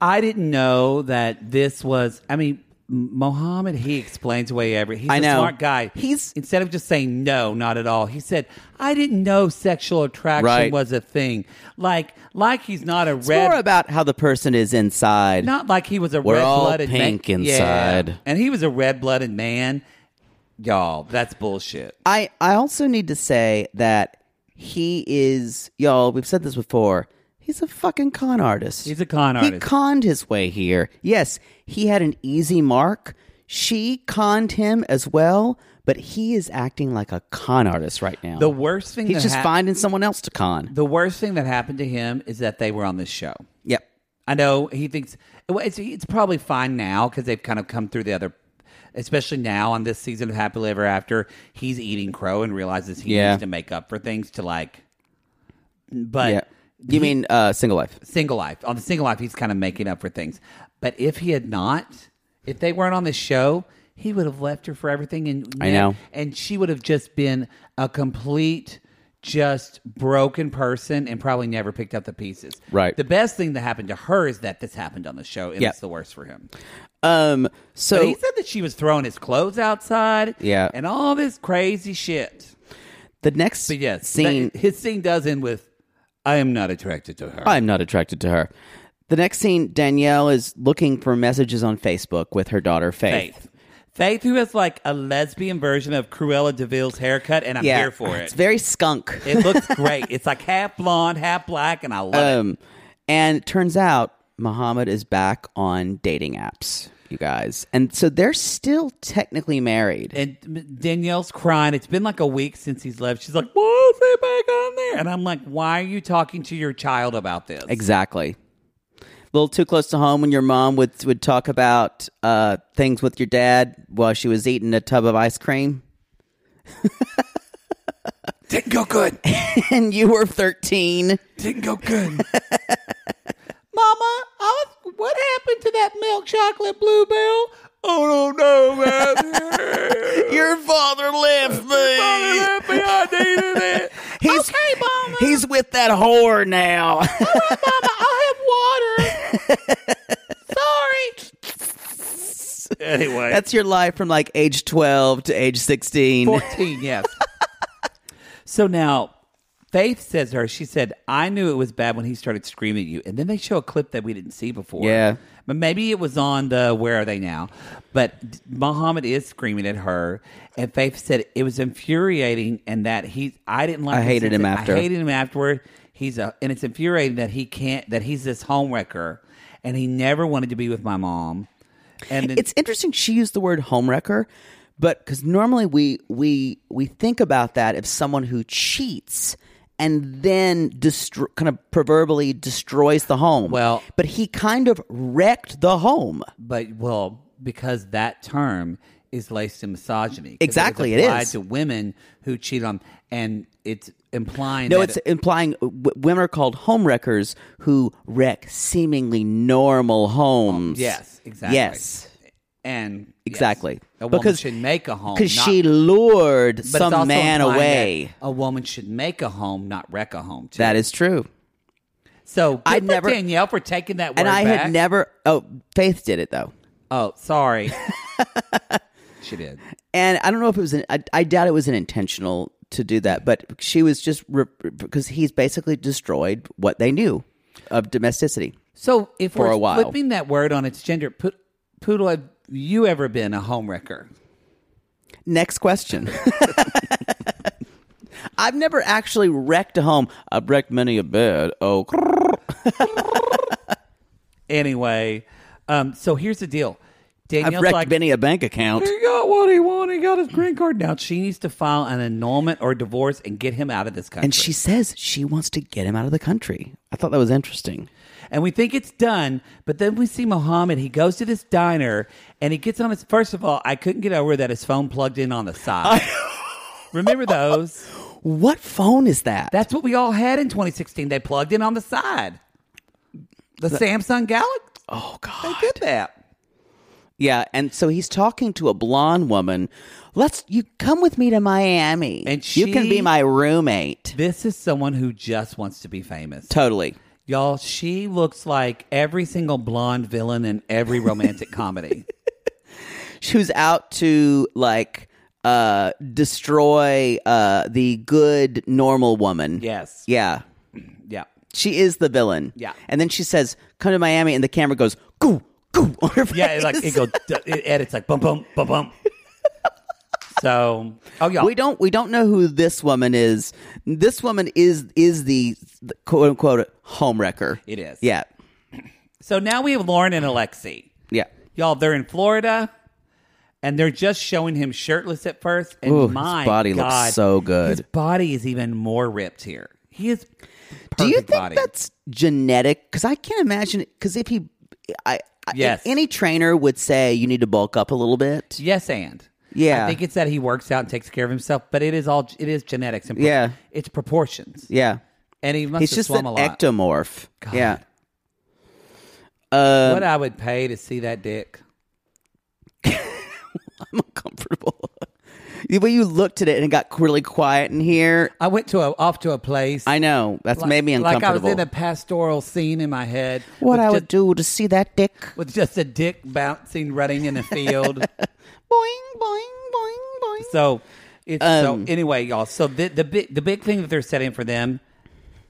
Speaker 3: I didn't know that this was. I mean, Mohammed he explains away every. He's
Speaker 4: I
Speaker 3: a
Speaker 4: know.
Speaker 3: smart guy.
Speaker 4: He's-
Speaker 3: instead of just saying no, not at all. He said, "I didn't know sexual attraction
Speaker 4: Right.
Speaker 3: was a thing." Like, like he's not a
Speaker 4: It's
Speaker 3: red.
Speaker 4: more about how the person is inside.
Speaker 3: not like he was a
Speaker 4: We're
Speaker 3: red
Speaker 4: all
Speaker 3: blooded
Speaker 4: pink
Speaker 3: man. Yeah.
Speaker 4: inside.
Speaker 3: and he was a red blooded man. Y'all, that's bullshit.
Speaker 4: I I also need to say that he is y'all. We've said this before. He's a fucking con artist.
Speaker 3: He's a con
Speaker 4: He
Speaker 3: artist.
Speaker 4: conned his way here. Yes, he had an easy mark. She conned him as well, but he is acting like a con artist right now.
Speaker 3: The worst thing
Speaker 4: He's
Speaker 3: that
Speaker 4: just
Speaker 3: hap-
Speaker 4: finding someone else to con.
Speaker 3: The worst thing that happened to him is that they were on this show.
Speaker 4: Yep.
Speaker 3: I know he thinks well, it's, it's probably fine now because they've kind of come through the other, especially now on this season of Happily Ever After. He's eating crow and realizes he
Speaker 4: Yeah.
Speaker 3: needs to make up for things to like. But Uh,
Speaker 4: yeah. You mean uh, single life?
Speaker 3: single life on the single life, he's kind of making up for things. But if he had not, if they weren't on this show, he would have left her for everything, and
Speaker 4: I know.
Speaker 3: and she would have just been a complete. Just broken person and probably never picked up the pieces.
Speaker 4: Right.
Speaker 3: The best thing that happened to her is that this happened on the show, and
Speaker 4: Yeah.
Speaker 3: it's the worst for him.
Speaker 4: Um.
Speaker 3: So
Speaker 4: So
Speaker 3: he said that she was throwing his clothes outside,
Speaker 4: Yeah.
Speaker 3: and all this crazy shit.
Speaker 4: the next
Speaker 3: But yes,
Speaker 4: scene.
Speaker 3: that- his scene does end with, "I am not attracted to her."
Speaker 4: I'm not attracted to her. The next scene, Danielle is looking for messages on Facebook with her daughter Faith.
Speaker 3: Faith. Faith, who has like a lesbian version of Cruella DeVille's haircut, and I'm here for it.
Speaker 4: It's very skunk.
Speaker 3: it looks great. It's like half blonde, half black, and I love it.
Speaker 4: Um, and it turns out Muhammad is back on dating apps, you guys. And so they're still technically married.
Speaker 3: And Danielle's crying. It's been like a week since he's left. She's like, "Why is he back on there?" And I'm like, "Why are you talking to your child about this?"
Speaker 4: exactly. A little too close to home when your mom would would talk about uh, things with your dad while she was eating a tub of ice cream.
Speaker 3: Didn't go good.
Speaker 4: And you were 13.
Speaker 3: Didn't go good. Mama, I was, what happened to that milk chocolate bluebell? Oh no, man.
Speaker 4: Your father left me.
Speaker 3: I needed it.
Speaker 4: He's,
Speaker 3: okay, Mama.
Speaker 4: he's with that whore now.
Speaker 3: Mama, I'll have water. Sorry. Anyway,
Speaker 4: That's your life from like age 12 to age 16.
Speaker 3: 14, yes. so now, Faith says to her, she said, I knew it was bad when he started screaming at you. And then they show a clip that we didn't see before.
Speaker 4: Yeah.
Speaker 3: But maybe it was on the Where Are They Now? But Muhammad is screaming at her. And Faith said, It was infuriating and that he, I didn't like
Speaker 4: I
Speaker 3: this.
Speaker 4: hated
Speaker 3: He
Speaker 4: him
Speaker 3: said,
Speaker 4: after.
Speaker 3: I hated him afterward. He's a, and it's infuriating that he can't, that he's this homewrecker and he never wanted to be with my mom. And then-
Speaker 4: it's interesting she used the word homewrecker but because normally we we we think about that if someone who cheats and then destro- kind of proverbially destroys the home
Speaker 3: Well-
Speaker 4: but he kind of wrecked the home
Speaker 3: But well, because that term is laced in misogyny. 'Cause
Speaker 4: Exactly,
Speaker 3: it
Speaker 4: it
Speaker 3: was applied
Speaker 4: is.
Speaker 3: to women who cheat on, and it's implying.
Speaker 4: no
Speaker 3: that
Speaker 4: it's implying w- women are called homewreckers who wreck seemingly normal homes
Speaker 3: yes, exactly.
Speaker 4: yes
Speaker 3: and yes,
Speaker 4: exactly
Speaker 3: a woman should make a home
Speaker 4: because
Speaker 3: not-
Speaker 4: she lured
Speaker 3: but it's also
Speaker 4: some man
Speaker 3: implying
Speaker 4: away
Speaker 3: that A woman should make a home, not wreck a home. Too.
Speaker 4: that is true
Speaker 3: so. Good
Speaker 4: I
Speaker 3: for
Speaker 4: never-
Speaker 3: Danielle for taking that word
Speaker 4: and i
Speaker 3: back.
Speaker 4: had never oh faith did it though
Speaker 3: Oh, sorry. she did.
Speaker 4: and I don't know if it was an, I, I doubt it was an intentional to do that, but she was just re- because he's basically destroyed what they knew of domesticity.
Speaker 3: So if
Speaker 4: For
Speaker 3: we're
Speaker 4: a while.
Speaker 3: flipping that word on its gender, Pood- poodle, have you ever been a homewrecker?
Speaker 4: Next question. I've never actually wrecked a home. I've wrecked many a bed. Oh,
Speaker 3: Anyway, um, so here's the deal.
Speaker 4: I've
Speaker 3: Danielle's
Speaker 4: wrecked
Speaker 3: like,
Speaker 4: many a bank account.
Speaker 3: he got what he wanted. He got his green card. Now she needs to file an annulment or divorce and get him out of this country.
Speaker 4: And she says she wants to get him out of the country. I thought that was interesting.
Speaker 3: and we think it's done, but then we see Mohammed. He goes to this diner and he gets on his. First of all, I couldn't get over that his phone plugged in on the side. Remember those?
Speaker 4: What phone is that?
Speaker 3: That's what we all had in 2016. They plugged in on the side. The, Samsung Galaxy. Oh God, they did that.
Speaker 4: Yeah, and so he's talking to a blonde woman. Let's you come with me to Miami,
Speaker 3: And
Speaker 4: you can be
Speaker 3: she-
Speaker 4: my roommate.
Speaker 3: This is someone who just wants to be famous.
Speaker 4: Totally.
Speaker 3: Y'all, she looks like every single blonde villain in every romantic comedy.
Speaker 4: Who's out to like uh destroy uh the good normal woman?
Speaker 3: Yes.
Speaker 4: Yeah,
Speaker 3: Yeah.
Speaker 4: she is the villain.
Speaker 3: Yeah.
Speaker 4: and then she says, "Come to Miami," and the camera goes goo goo on her face.
Speaker 3: Yeah, it, like it goes it edits like bum bum bum bum. So oh y'all
Speaker 4: We don't we don't know who this woman is. This woman is is the, the quote unquote homewrecker.
Speaker 3: It is.
Speaker 4: Yeah.
Speaker 3: So now we have Lauren and Alexi.
Speaker 4: Yeah.
Speaker 3: Y'all, they're in Florida and they're just showing him shirtless at first. And
Speaker 4: Ooh, his
Speaker 3: my
Speaker 4: body looks
Speaker 3: God,
Speaker 4: so good.
Speaker 3: His body is even more ripped here. He is perfect
Speaker 4: Do you think
Speaker 3: body.
Speaker 4: that's genetic? Because I can't imagine. Because if he, I, I
Speaker 3: Yes.
Speaker 4: if any trainer would say you need to bulk up a little bit.
Speaker 3: Yes, and
Speaker 4: Yeah.
Speaker 3: I think it's that he works out and takes care of himself, but it is all it is genetics and
Speaker 4: Yeah.
Speaker 3: it's proportions.
Speaker 4: Yeah,
Speaker 3: and he must
Speaker 4: he's
Speaker 3: have
Speaker 4: just
Speaker 3: swum
Speaker 4: an
Speaker 3: a lot.
Speaker 4: ectomorph.
Speaker 3: God.
Speaker 4: Yeah. Uh,
Speaker 3: what I would pay to see that dick.
Speaker 4: I'm uncomfortable. the way you looked at it and it got really quiet in here.
Speaker 3: I went to a off to a place.
Speaker 4: I know that's
Speaker 3: like-
Speaker 4: made me
Speaker 3: Like I
Speaker 4: uncomfortable.
Speaker 3: was in a pastoral scene in my head.
Speaker 4: what
Speaker 3: with
Speaker 4: I
Speaker 3: just-
Speaker 4: would do to see that dick.
Speaker 3: with just a dick bouncing, running in a field.
Speaker 4: Boing boing boing boing.
Speaker 3: so it's
Speaker 4: Um,
Speaker 3: so anyway, y'all. So the the big the big thing that they're setting for them,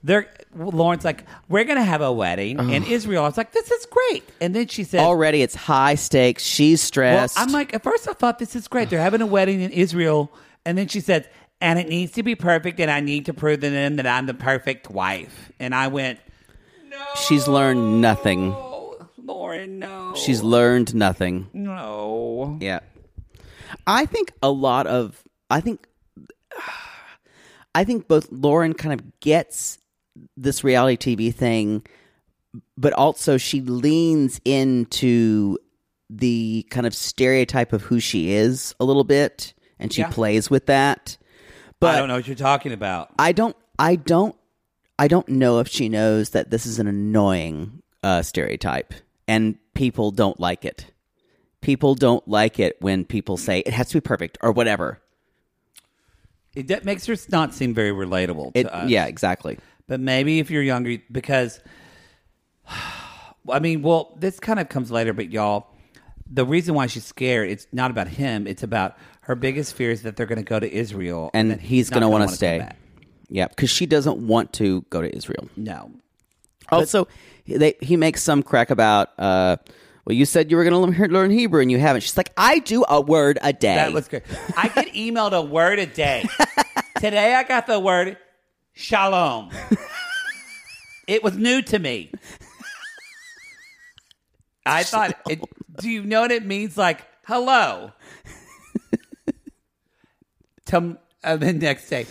Speaker 3: they're Lauren's like, we're gonna have a wedding in Israel. I was like, this is great. And then she said,
Speaker 4: Already it's high stakes. She's
Speaker 3: well,
Speaker 4: stressed.
Speaker 3: I'm like, at first I thought this is great. They're having a wedding in Israel, and then she said, and it needs to be perfect, and I need to prove to them that I'm the perfect wife. And I went,
Speaker 4: She's learned nothing.
Speaker 3: oh, Lauren, no,
Speaker 4: She's learned nothing.
Speaker 3: no.
Speaker 4: Yeah. I think a lot of I think I think both Lauren kind of gets this reality TV thing, but also she leans into the kind of stereotype of who she is a little bit and she
Speaker 3: Yeah.
Speaker 4: plays with that. But
Speaker 3: I don't know what you're talking about.
Speaker 4: I don't I don't I don't know if she knows that this is an annoying uh, stereotype and people don't like it. People don't like it when people say it has to be perfect or whatever.
Speaker 3: It that makes her not seem very relatable to
Speaker 4: It,
Speaker 3: us.
Speaker 4: yeah, exactly.
Speaker 3: But maybe if you're younger, because I mean, well, this kind of comes later, but y'all, the reason why she's scared, it's not about him. It's about her biggest fear is that they're going to go to Israel
Speaker 4: And
Speaker 3: that
Speaker 4: he's
Speaker 3: not
Speaker 4: going to
Speaker 3: gonna
Speaker 4: want
Speaker 3: wanna
Speaker 4: to
Speaker 3: come
Speaker 4: stay.
Speaker 3: back.
Speaker 4: Yeah, because she doesn't want to go to Israel.
Speaker 3: No.
Speaker 4: Also, they, he makes some crack about, uh, well, you said you were going to learn Hebrew and you haven't. She's like, I do a word a day.
Speaker 3: That was good. I get emailed a word a day. Today I got the word shalom. it was new to me. I thought, it, do you know what it means? Like, hello. Tom, and then next day,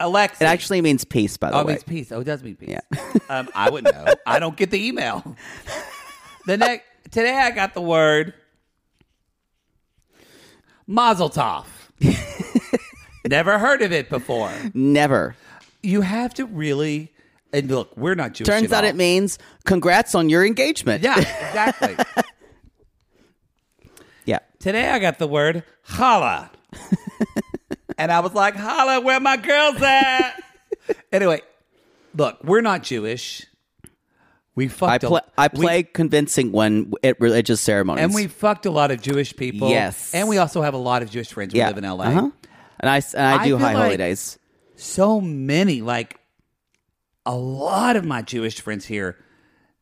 Speaker 3: Alexa.
Speaker 4: It actually means peace, by the
Speaker 3: oh, it
Speaker 4: way.
Speaker 3: means peace. Oh, it does mean peace. um, I wouldn't know. I don't get the email. The next today, I got the word Mazel Tov. Never heard of it before.
Speaker 4: Never.
Speaker 3: You have to really and look. We're not Jewish.
Speaker 4: Turns
Speaker 3: at
Speaker 4: out
Speaker 3: all.
Speaker 4: it means congrats on your engagement.
Speaker 3: yeah, exactly.
Speaker 4: Yeah.
Speaker 3: today, I got the word holla, and I was like, holla, where my girls at? anyway, look, we're not Jewish. We
Speaker 4: I
Speaker 3: fucked. a-
Speaker 4: play I
Speaker 3: Oh, we-
Speaker 4: play convincing one at religious ceremonies.
Speaker 3: And we fucked a lot of Jewish people.
Speaker 4: Yes.
Speaker 3: And we also have a lot of Jewish friends who live in LA.
Speaker 4: Uh-huh. And I s- and I
Speaker 3: I
Speaker 4: do
Speaker 3: feel
Speaker 4: high
Speaker 3: like-
Speaker 4: holidays.
Speaker 3: So many, like a lot of my Jewish friends here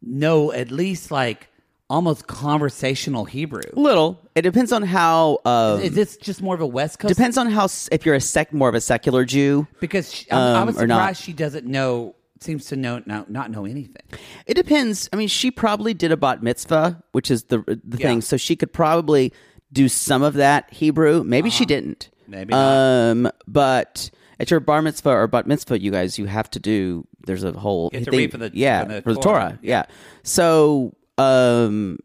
Speaker 3: know at least like almost conversational Hebrew.
Speaker 4: Little. It depends on how. Um,
Speaker 3: Is this just more of a West Coast?
Speaker 4: depends on how s- if you're a sec more of a secular Jew.
Speaker 3: Because she, I'm- I,
Speaker 4: um,
Speaker 3: was
Speaker 4: or not.
Speaker 3: surprised she doesn't know, seems to know, no, not know anything.
Speaker 4: It depends. I mean, she probably did a bat mitzvah, which is the the
Speaker 3: Yeah.
Speaker 4: thing. So she could probably do some of that Hebrew. Maybe she didn't.
Speaker 3: Uh-huh. Maybe not.
Speaker 4: Um, but at your bar mitzvah or bat mitzvah, you guys, you have to do. There's a whole
Speaker 3: You have to
Speaker 4: thing-
Speaker 3: read for the-
Speaker 4: yeah
Speaker 3: for the
Speaker 4: for the
Speaker 3: Torah.
Speaker 4: Torah. Yeah. So um,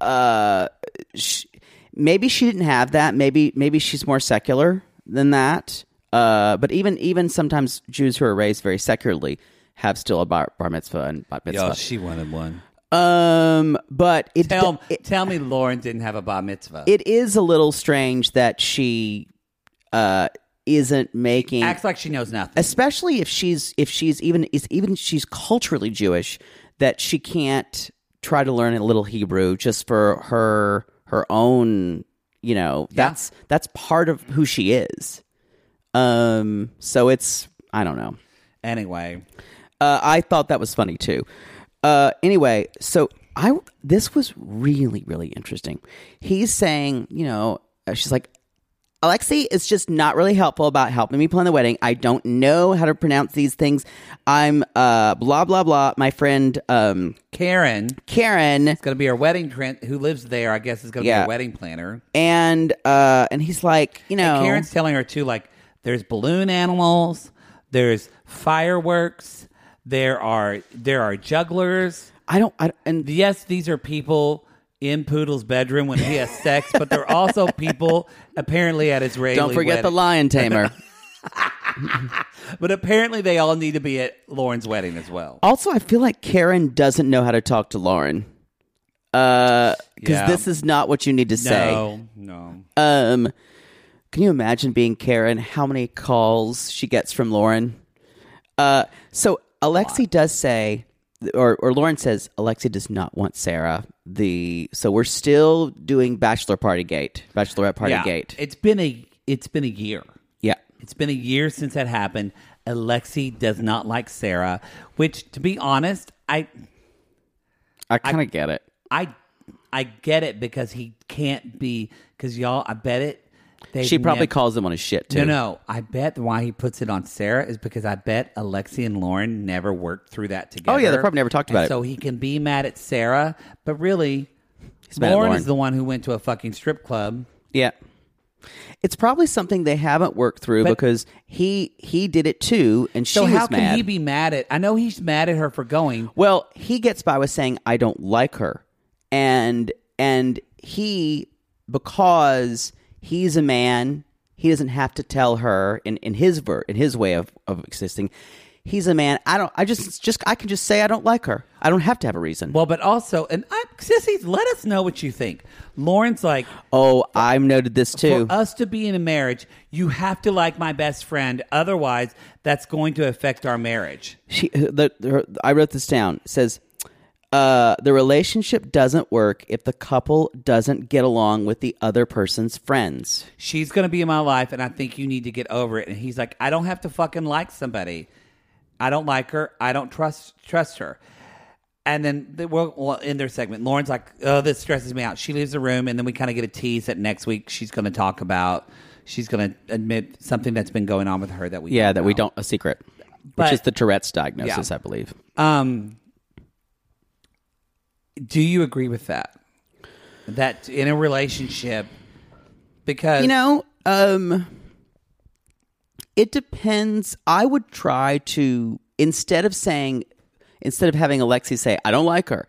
Speaker 4: uh, sh- maybe she didn't have that. Maybe maybe she's more secular than that. Uh, but even even sometimes Jews who are raised very secularly have still a bar, bar mitzvah and bat mitzvah.
Speaker 3: Yo, she wanted one.
Speaker 4: um, but it,
Speaker 3: Tell,
Speaker 4: it
Speaker 3: tell me Lauren didn't have a bar mitzvah.
Speaker 4: it is a little strange that she uh isn't making
Speaker 3: Acts like she knows nothing.
Speaker 4: especially if she's if she's even is even if she's culturally Jewish that she can't try to learn a little Hebrew just for her her own you know that's that's part of who she is um so it's I don't know
Speaker 3: Anyway,
Speaker 4: uh, I thought that was funny too uh anyway so I this was really really interesting he's saying you know uh, she's like Alexi is just not really helpful about helping me plan the wedding. I don't know how to pronounce these things. I'm uh blah blah blah. My friend um
Speaker 3: Karen is
Speaker 4: Karen
Speaker 3: going to be our wedding trend who lives there. I guess is going to be
Speaker 4: Yeah.
Speaker 3: a wedding planner.
Speaker 4: and uh and he's like, you know,
Speaker 3: Karen's telling her too, like there's balloon animals, there's fireworks, there are there are jugglers.
Speaker 4: I don't I don't- and
Speaker 3: Yes, these are people in Poodle's bedroom when he has sex, but they're also people apparently at Israeli.
Speaker 4: don't forget the
Speaker 3: wedding.
Speaker 4: lion tamer.
Speaker 3: But apparently they all need to be at Lauren's wedding as well.
Speaker 4: also, I feel like Karen doesn't know how to talk to Lauren. Uh cuz
Speaker 3: Yeah.
Speaker 4: this is not what you need to say.
Speaker 3: No, no.
Speaker 4: Um can you imagine being Karen? How many calls she gets from Lauren? Uh, so Alexi does say, or or Lauren says, Alexi does not want Sarah. The so we're still doing bachelor party gate, bachelorette party
Speaker 3: Yeah.
Speaker 4: gate.
Speaker 3: It's been a it's been a year.
Speaker 4: yeah,
Speaker 3: It's been a year since that happened. Alexi does not like Sarah, which to be honest, I
Speaker 4: I kind of get it.
Speaker 3: I I get it because he can't be because y'all. I bet it. they've
Speaker 4: She probably
Speaker 3: nev-
Speaker 4: calls him on his shit too.
Speaker 3: No, no. I bet why he puts it on Sarah is because I bet Alexi and Lauren never worked through that together.
Speaker 4: Oh, yeah, they probably never talked about
Speaker 3: And
Speaker 4: it.
Speaker 3: So he can be mad at Sarah, but really,
Speaker 4: mad at
Speaker 3: Lauren
Speaker 4: Lauren.
Speaker 3: is the one who went to a fucking strip club.
Speaker 4: Yeah. It's probably something they haven't worked through
Speaker 3: But-
Speaker 4: because he he did it too, and she
Speaker 3: So how
Speaker 4: was
Speaker 3: can
Speaker 4: mad.
Speaker 3: he be mad at? I know he's mad at her for going.
Speaker 4: Well, he gets by with saying I don't like her. And and he because he's a man, he doesn't have to tell her in, in his ver in his way of, of existing. He's a man. I don't I just just I can just say I don't like her. I don't have to have a reason.
Speaker 3: Well, but also, and I, sissy, let us know what you think. Lauren's like,
Speaker 4: oh, I've noted this too.
Speaker 3: For us to be in a marriage, you have to like my best friend. Otherwise, that's going to affect our marriage.
Speaker 4: she uh, the, her, I wrote this down. It says uh, the relationship doesn't work if the couple doesn't get along with the other person's friends.
Speaker 3: She's going to be in my life, and I think you need to get over it. And he's like, I don't have to fucking like somebody. I don't like her. I don't trust trust her. And then they, we'll, we'll end their segment. Lauren's like, oh, this stresses me out. She leaves the room, and then we kind of get a tease that next week she's going to talk about. She's going to admit something that's been going on with her that we
Speaker 4: Yeah, that we
Speaker 3: know.
Speaker 4: don't a secret,
Speaker 3: But-
Speaker 4: which is the Tourette's diagnosis,
Speaker 3: Yeah.
Speaker 4: I believe.
Speaker 3: Um, do you agree with that? That in a relationship, because
Speaker 4: You know, um, it depends. I would try to instead of saying, instead of having Alexi say, "I don't like her,"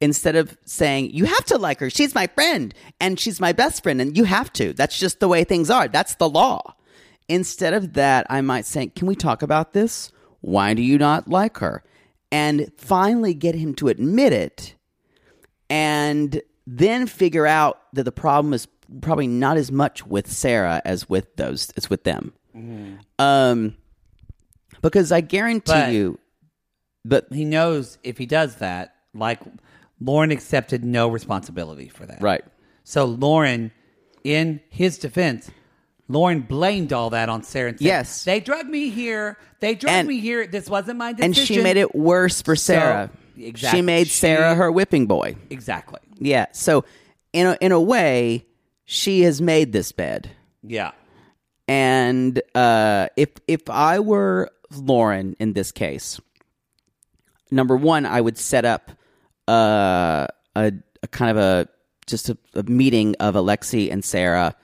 Speaker 4: instead of saying, "You have to like her. She's my friend, and she's my best friend, and you have to." That's just the way things are. That's the law. Instead of that, I might say, "Can we talk about this? Why do you not like her?" And finally, get him to admit it. and then figure out that the problem is probably not as much with Sarah as with those it's with them. Um because I guarantee
Speaker 3: Mm-hmm. But-
Speaker 4: you but
Speaker 3: he knows if he does that, like Lauren accepted no responsibility for that.
Speaker 4: right.
Speaker 3: So Lauren, in his defense, Lauren blamed all that on Sarah. And said,
Speaker 4: Yes.
Speaker 3: they drug me here. They drug
Speaker 4: And-
Speaker 3: me here. This wasn't my decision.
Speaker 4: And she made it worse for
Speaker 3: So-
Speaker 4: Sarah.
Speaker 3: Exactly.
Speaker 4: She made
Speaker 3: She-
Speaker 4: Sarah her whipping boy.
Speaker 3: exactly.
Speaker 4: Yeah. So in a, in a way she has made this bed.
Speaker 3: Yeah.
Speaker 4: And uh, if if I were Lauren in this case, number one, I would set up uh, a, a kind of a just a, a meeting of Alexi and Sarah,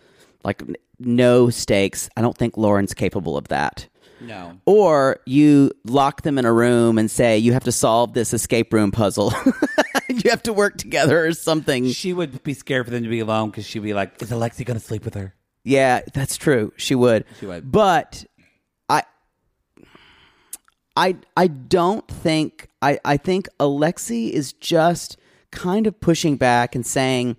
Speaker 4: like n- no stakes. I don't think Lauren's capable of that.
Speaker 3: No.
Speaker 4: Or you lock them in a room and say you have to solve this escape room puzzle. you have to work together or something.
Speaker 3: She would be scared for them to be alone because she'd be like, "Is Alexi going to sleep with her?"
Speaker 4: Yeah, that's true. She would.
Speaker 3: She would.
Speaker 4: But I I I don't think I I think Alexi is just kind of pushing back and saying,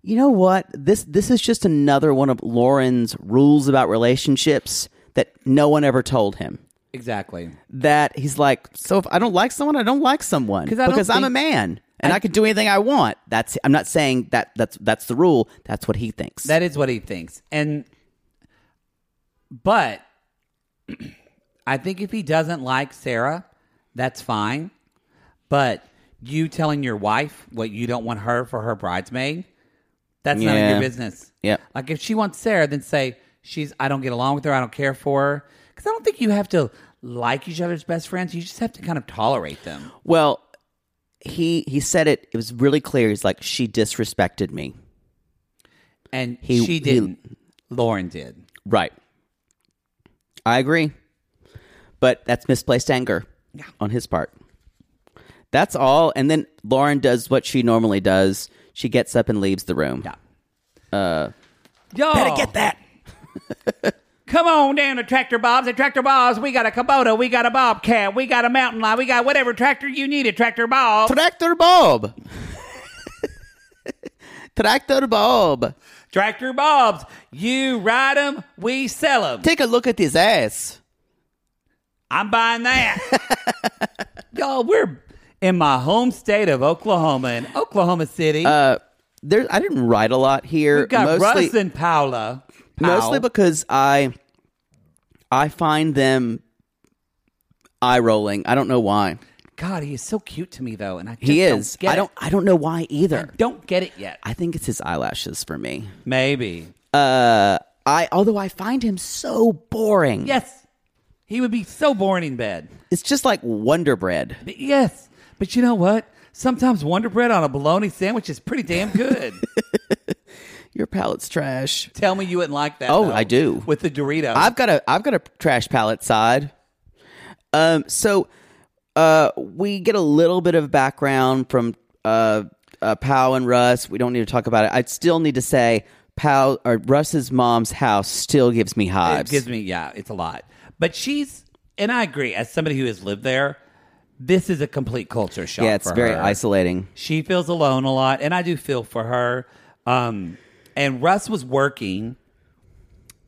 Speaker 4: you know what this this is just another one of Lauren's rules about relationships that no one ever told him.
Speaker 3: Exactly.
Speaker 4: That he's like, so if I don't like someone, I don't like someone
Speaker 3: 'Cause I don't
Speaker 4: because I'm a
Speaker 3: think-
Speaker 4: man and I, can do anything I want. That's I'm not saying that that's that's the rule. That's what he thinks.
Speaker 3: That is what he thinks. And but I think if he doesn't like Sarah, that's fine. But you telling your wife what you don't want her for her bridesmaid, that's none of
Speaker 4: Yeah.
Speaker 3: your business.
Speaker 4: Yep.
Speaker 3: Like if she wants Sarah, then say she's I don't get along with her, I don't care for her. Because I don't think you have to like each other's best friends. You just have to kind of tolerate them.
Speaker 4: Well, he he said it. It was really clear. He's like, she disrespected me.
Speaker 3: And
Speaker 4: He- he-
Speaker 3: she didn't. Lauren did.
Speaker 4: Right. I agree. But that's misplaced anger on his part. That's all. And then Lauren does what she normally does. She gets up and leaves the room.
Speaker 3: Yeah. Y'all
Speaker 4: Better get that.
Speaker 3: Come on down to Tractor Bob's. At Tractor Bob's, we got a Kubota, we got a Bobcat, we got a Mountain Lion, we got whatever tractor you need at Tractor Bob.
Speaker 4: Tractor Bob. Tractor Bob.
Speaker 3: Tractor Bob's, you ride 'em, we sell 'em.
Speaker 4: Take a look at his ass.
Speaker 3: I'm buying that. Y'all, we're in my home state of Oklahoma, in Oklahoma City.
Speaker 4: There, I didn't write a lot here.
Speaker 3: We've got
Speaker 4: Uh, mostly,
Speaker 3: Russ and Paula.
Speaker 4: mostly
Speaker 3: Powell.
Speaker 4: because I I find them eye rolling. I don't know why.
Speaker 3: God, he is so cute to me, though, and I just
Speaker 4: He is.
Speaker 3: Don't get
Speaker 4: I don't
Speaker 3: It.
Speaker 4: I don't know why
Speaker 3: I
Speaker 4: either.
Speaker 3: don't get it yet.
Speaker 4: I think it's his eyelashes for me.
Speaker 3: Maybe.
Speaker 4: Uh I although I find him so boring.
Speaker 3: Yes. He would be so boring in bed.
Speaker 4: It's just like Wonder Bread.
Speaker 3: But Yes, but you know what? Sometimes Wonder Bread on a bologna sandwich is pretty damn good.
Speaker 4: Your palate's trash.
Speaker 3: Tell me you wouldn't like that.
Speaker 4: Oh,
Speaker 3: though,
Speaker 4: I do.
Speaker 3: with the Dorito.
Speaker 4: I've got a I've got a trash palette side. Um so uh we get a little bit of background from uh, uh Pow and Russ. We don't need to talk about it. I still need to say Pow or Russ's mom's house still gives me
Speaker 3: it
Speaker 4: hives.
Speaker 3: gives me yeah, it's a lot. But she's and I agree. As somebody who has lived there, this is a complete culture shock.
Speaker 4: yeah, it's
Speaker 3: for
Speaker 4: very
Speaker 3: her.
Speaker 4: isolating.
Speaker 3: She feels alone a lot, and I do feel for her. Um, and Russ was working,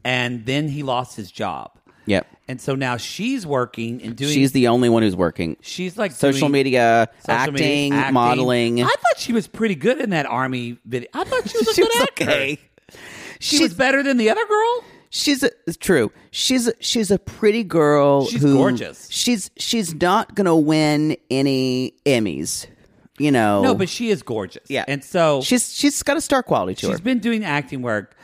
Speaker 3: and then he lost his job,
Speaker 4: Yep.
Speaker 3: and so now she's working and doing.
Speaker 4: She's the only one who's working.
Speaker 3: She's like
Speaker 4: social
Speaker 3: doing-
Speaker 4: media,
Speaker 3: Social
Speaker 4: acting,
Speaker 3: media, acting.
Speaker 4: modeling.
Speaker 3: I thought she was pretty good in that army video. I thought she was a
Speaker 4: She
Speaker 3: good
Speaker 4: was
Speaker 3: actor.
Speaker 4: okay.
Speaker 3: She
Speaker 4: She's-
Speaker 3: was better than the other girl.
Speaker 4: She's a, it's true. She's a, she's a pretty girl.
Speaker 3: She's
Speaker 4: who-
Speaker 3: gorgeous.
Speaker 4: She's she's not gonna win any Emmys, you know.
Speaker 3: No, but she is gorgeous.
Speaker 4: Oh. yeah,
Speaker 3: and so
Speaker 4: she's she's got a star quality to
Speaker 3: she's
Speaker 4: her.
Speaker 3: been doing acting work,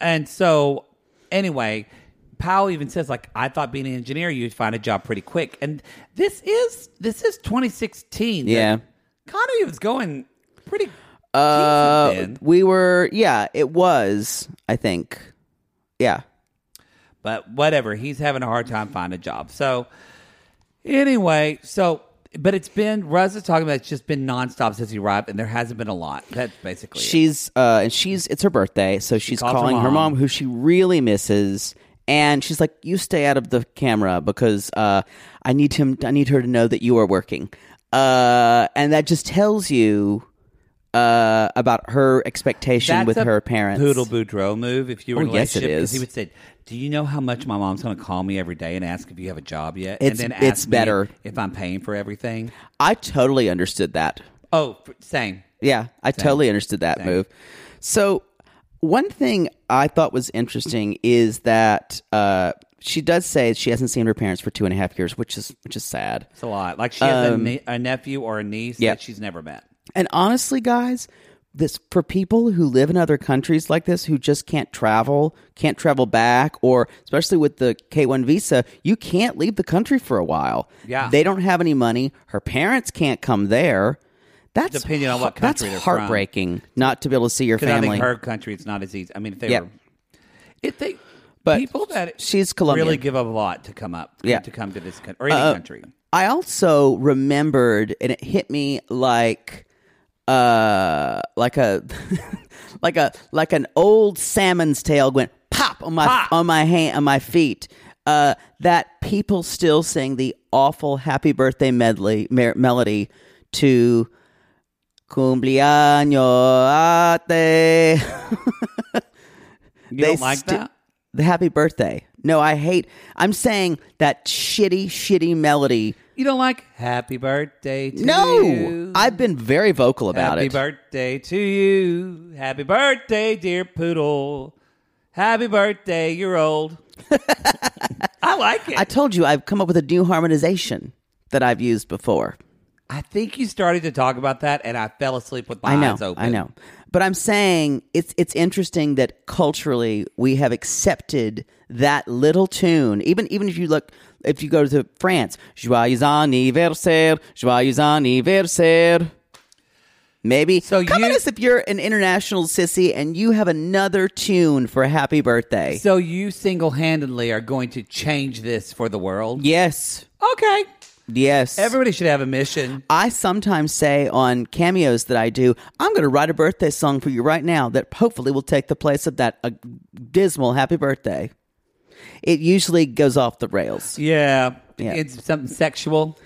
Speaker 3: and so anyway, Powell even says like, I thought being an engineer you'd find a job pretty quick, and this is this is 2016.
Speaker 4: Yeah.
Speaker 3: Connery was going pretty.
Speaker 4: Uh,
Speaker 3: decent then.
Speaker 4: we were yeah, it was I think, yeah.
Speaker 3: but whatever he's having a hard time finding a job so anyway so but it's been russ is talking about it's just been nonstop since he arrived and there hasn't been a lot that's basically it.
Speaker 4: She's uh, and she's it's her birthday, so she's
Speaker 3: calls her
Speaker 4: calling her
Speaker 3: mom.
Speaker 4: mom, who she really misses, and she's like, "You stay out of the camera because uh, I need him. I need her to know that you are working." Uh, and that just tells you uh, about her expectation
Speaker 3: That's
Speaker 4: with
Speaker 3: a
Speaker 4: her parents.
Speaker 3: poodle boudreau move if you were in
Speaker 4: Oh,
Speaker 3: a
Speaker 4: yes, it
Speaker 3: relationship 'cause
Speaker 4: is.
Speaker 3: he would say do you know how much my mom's going to call me every day and ask if you have a job yet
Speaker 4: It's-
Speaker 3: and then ask
Speaker 4: it's
Speaker 3: me
Speaker 4: better.
Speaker 3: if i'm paying for everything
Speaker 4: I totally understood that.
Speaker 3: oh f- same
Speaker 4: Yeah, I totally understood that move. So, one thing I thought was interesting is that uh, she does say she hasn't seen her parents for two and a half years, which is which is sad.
Speaker 3: it's a lot like she has a, ne- a nephew or a niece
Speaker 4: Um, yeah.
Speaker 3: that she's never met
Speaker 4: And honestly, guys, this for people who live in other countries like this who just can't travel, can't travel back, or especially with the K one visa, you can't leave the country for a while.
Speaker 3: Yeah.
Speaker 4: they don't have any money. Her parents can't come there. That's
Speaker 3: Depending on what
Speaker 4: hea-
Speaker 3: country they're
Speaker 4: that's
Speaker 3: from.
Speaker 4: heartbreaking not to be able to see your
Speaker 3: because i
Speaker 4: family.
Speaker 3: think her country it's not as easy i mean if they
Speaker 4: Yeah.
Speaker 3: were if they
Speaker 4: But
Speaker 3: people that
Speaker 4: she's
Speaker 3: really
Speaker 4: Colombian.
Speaker 3: give up a lot to come up
Speaker 4: Yeah. Uh,
Speaker 3: to come to this country or any country
Speaker 4: I also remembered, and it hit me like, uh, like a, like a, like an old salmon's tail went pop on my
Speaker 3: Pop.
Speaker 4: on my hand on my feet. uh, that people still sing the awful Happy Birthday medley mer- melody to Cumpleaños Ate.
Speaker 3: You don't like that?
Speaker 4: The Happy Birthday. No, I hate. I'm saying that shitty, shitty melody.
Speaker 3: You don't like Happy Birthday to
Speaker 4: No,
Speaker 3: you.
Speaker 4: I've been very vocal about
Speaker 3: Happy
Speaker 4: it.
Speaker 3: birthday to you. Happy birthday, dear poodle. Happy birthday, you're old. I like it.
Speaker 4: I told you I've come up with a new harmonization that I've used before.
Speaker 3: I think you started to talk about that, and I fell asleep with my
Speaker 4: I know.
Speaker 3: eyes open.
Speaker 4: I know. But I'm saying it's it's interesting that culturally we have accepted that little tune. Even even if you look if you go to France, joyeux anniversaire, joyeux anniversaire. Maybe
Speaker 3: So
Speaker 4: come
Speaker 3: you-
Speaker 4: at us if you're an international sissy and you have another tune for happy birthday.
Speaker 3: So you single-handedly are going to change this for the world?
Speaker 4: yes.
Speaker 3: Okay.
Speaker 4: Yes.
Speaker 3: Everybody should have a mission.
Speaker 4: I sometimes say on cameos that I do, I'm going to write a birthday song for you right now that hopefully will take the place of that uh, dismal happy birthday. It usually goes off the rails.
Speaker 3: Yeah.
Speaker 4: Yeah.
Speaker 3: It's something sexual.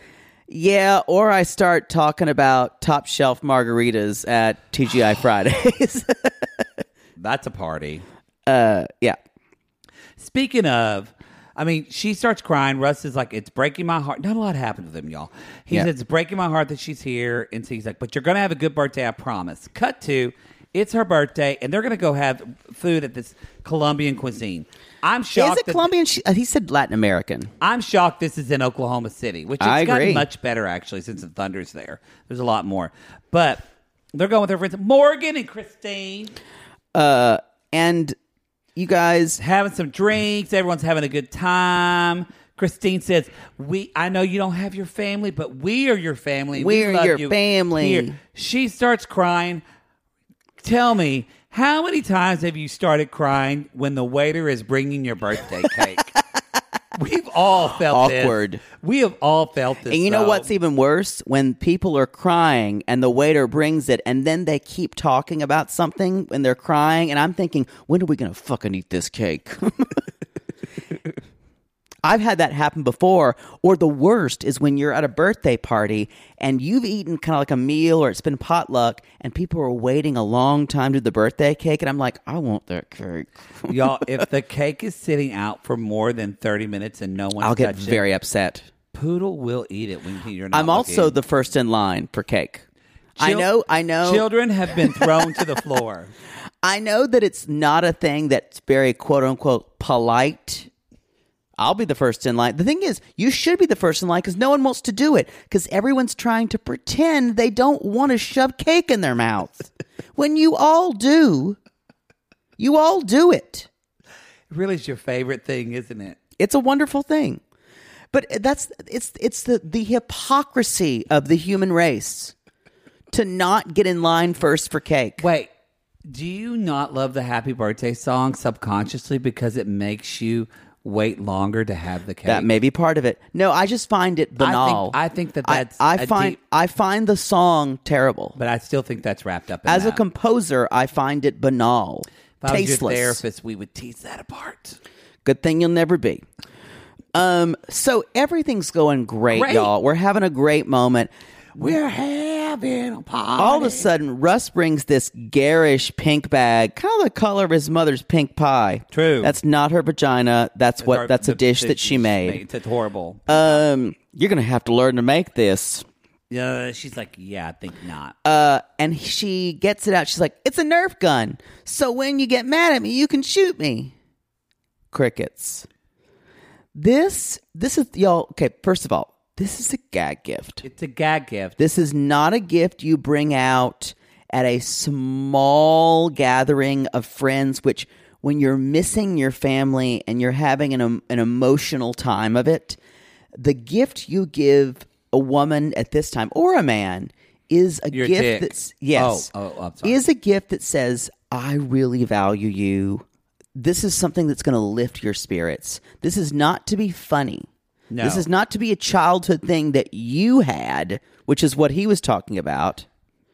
Speaker 4: Yeah, or I start talking about top shelf margaritas at TGI Fridays. Uh,
Speaker 3: That's a party.
Speaker 4: yeah.
Speaker 3: Speaking of, I mean, she starts crying. Russ is like, "It's breaking my heart." Not a lot happened with him, y'all. He
Speaker 4: Yeah.
Speaker 3: says, "It's breaking my heart that she's here," and so he's like, "But you're gonna have a good birthday, I promise." Cut to, it's her birthday, and they're gonna go have food at this Colombian cuisine. I'm shocked.
Speaker 4: Is it
Speaker 3: that-
Speaker 4: Colombian? She, uh, he said Latin American.
Speaker 3: I'm shocked this is in Oklahoma City, which
Speaker 4: I
Speaker 3: it's gotten
Speaker 4: agree.
Speaker 3: much better actually since the Thunder's there. There's a lot more, but they're going with their friends Morgan and Christine.
Speaker 4: And you guys,
Speaker 3: having some drinks. Everyone's having a good time. Christine says, "We, I know you don't have your family, but we are your family.
Speaker 4: We're
Speaker 3: love
Speaker 4: your
Speaker 3: you
Speaker 4: family."
Speaker 3: Here." She starts crying. Tell me, how many times have you started crying when the waiter is bringing your birthday cake? We've all felt this.
Speaker 4: Awkward.
Speaker 3: We have all felt this.
Speaker 4: and you know
Speaker 3: though.
Speaker 4: what's even worse? When people are crying and the waiter brings it and then they keep talking about something when they're crying, and I'm thinking, when are we going to fucking eat this cake? I've had that happen before. Or the worst is when you're at a birthday party and you've eaten kind of like a meal or it's been potluck and people are waiting a long time to the birthday cake. And I'm like, I want that cake.
Speaker 3: y'all? If the cake is sitting out for more than thirty minutes and no one,
Speaker 4: I'll get
Speaker 3: touched it,
Speaker 4: very upset.
Speaker 3: poodle will eat it when you're not.
Speaker 4: I'm also
Speaker 3: looking.
Speaker 4: the first in line for cake. I
Speaker 3: Chil-
Speaker 4: know, I know.
Speaker 3: Children have been thrown to the floor.
Speaker 4: I know that it's not a thing that's very quote unquote polite. I'll be the first in line. The thing is, you should be the first in line because no one wants to do it because everyone's trying to pretend they don't want to shove cake in their mouth. when you all do, you all do it.
Speaker 3: Really, is your favorite thing, isn't it?
Speaker 4: It's a wonderful thing. But that's it's it's the, the hypocrisy of the human race to not get in line first for cake.
Speaker 3: Wait, do you not love the Happy Birthday song subconsciously because it makes you wait longer to have the cake?
Speaker 4: That may be part of it. No, I just find it banal.
Speaker 3: I think that that's
Speaker 4: I,
Speaker 3: a
Speaker 4: I find
Speaker 3: deep-
Speaker 4: I find the song terrible.
Speaker 3: but I still think that's wrapped up in
Speaker 4: As a
Speaker 3: that.
Speaker 4: composer, I find it banal,
Speaker 3: if I was
Speaker 4: tasteless.
Speaker 3: your therapist, we would tease that apart.
Speaker 4: Good thing you'll never be. Um. So everything's going great,
Speaker 3: Great.
Speaker 4: y'all. We're having a great moment.
Speaker 3: We're having a party.
Speaker 4: All of a sudden, Russ brings this garish pink bag, kind of the color of his mother's pink pie.
Speaker 3: True.
Speaker 4: That's not her vagina. That's what.
Speaker 3: Or
Speaker 4: that's a
Speaker 3: the-
Speaker 4: dish
Speaker 3: the-
Speaker 4: that she made.
Speaker 3: It's horrible.
Speaker 4: Um. You're gonna have to learn to make this.
Speaker 3: yeah, she's like, yeah, I think not.
Speaker 4: uh, and she gets it out. She's like, "It's a Nerf gun. So when you get mad at me, you can shoot me." Crickets. This, this is y'all. Okay, first of all, this is a gag gift.
Speaker 3: it's a gag gift.
Speaker 4: This is not a gift you bring out at a small gathering of friends. Which, when you're missing your family and you're having an em- an emotional time of it, the gift you give a woman at this time or a man is a
Speaker 3: Your
Speaker 4: gift
Speaker 3: dick.
Speaker 4: that's yes
Speaker 3: Oh, oh, I'm sorry.
Speaker 4: is a gift that says i really value you this is something that's going to lift your spirits this is not to be funny
Speaker 3: No.
Speaker 4: this is not to be a childhood thing that you had which is what he was talking about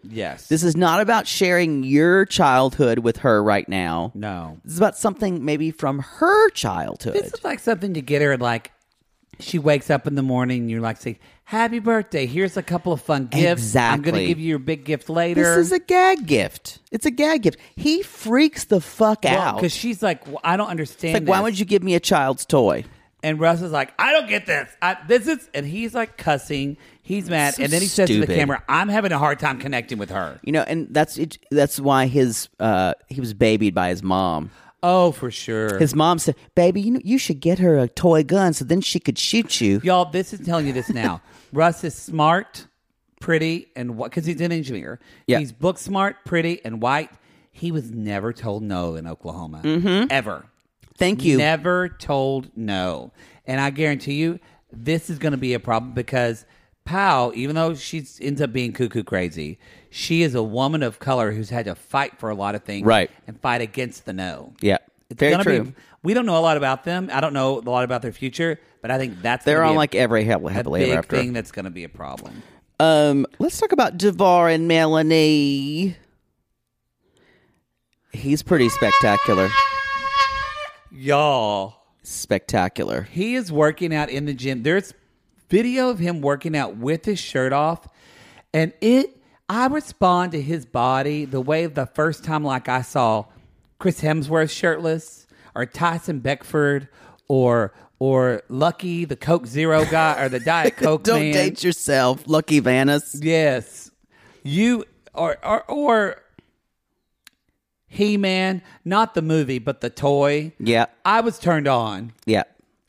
Speaker 3: Yes.
Speaker 4: This is not about sharing your childhood with her right now.
Speaker 3: No.
Speaker 4: This is about something maybe from her childhood.
Speaker 3: This is like something to get her like she wakes up in the morning and you like say, Happy birthday. Here's a couple of fun gifts. I'm gonna
Speaker 4: Exactly.
Speaker 3: give you your big gift later.
Speaker 4: This is a gag gift. It's a gag gift. He freaks the fuck out.
Speaker 3: Because she's like, well, I don't
Speaker 4: It's
Speaker 3: understand.
Speaker 4: like, why
Speaker 3: this."
Speaker 4: would you give me a child's toy?
Speaker 3: And Russ is like, I don't get this. I, this is, and he's like cussing. He's mad,
Speaker 4: So
Speaker 3: and then he says to the
Speaker 4: stupid.
Speaker 3: camera, "I'm having a hard time connecting with her."
Speaker 4: You know, and that's it, that's why his uh, he was babied by his mom.
Speaker 3: Oh, for sure.
Speaker 4: His mom said, "Baby, you know, you should get her a toy gun so then she could shoot you."
Speaker 3: Y'all, this is telling you this now. Russ is smart, pretty, and what? Because he's an engineer.
Speaker 4: Yeah.
Speaker 3: He's book smart, pretty, and white. He was never told no in Oklahoma.
Speaker 4: Mm-hmm.
Speaker 3: Ever.
Speaker 4: Thank you.
Speaker 3: Never told no. And I guarantee you, this is going to be a problem because Powell, even though she ends up being cuckoo crazy, she is a woman of color who's had to fight for a lot of things
Speaker 4: Right.
Speaker 3: and fight against the no.
Speaker 4: Yeah.
Speaker 3: It's
Speaker 4: Very
Speaker 3: gonna be-
Speaker 4: true.
Speaker 3: we don't know a lot about them. I don't know a lot about their future, but I think that's
Speaker 4: They're
Speaker 3: gonna
Speaker 4: on
Speaker 3: be a-
Speaker 4: like every hap-
Speaker 3: a
Speaker 4: happily
Speaker 3: big
Speaker 4: ever after.
Speaker 3: thing that's going to be a problem.
Speaker 4: Um, let's talk about Devar and Melanie. He's pretty spectacular.
Speaker 3: Y'all,
Speaker 4: Spectacular.
Speaker 3: he is working out in the gym. There's video of him working out with his shirt off, and it. I respond to his body the way the first time, like I saw Chris Hemsworth shirtless, or Tyson Beckford, or or Lucky the Coke Zero guy, or the Diet Coke
Speaker 4: Don't
Speaker 3: man.
Speaker 4: date yourself, Lucky Vanis.
Speaker 3: Yes. You or or or He Man, not the movie, but the toy.
Speaker 4: Yeah.
Speaker 3: I was turned on.
Speaker 4: Yeah.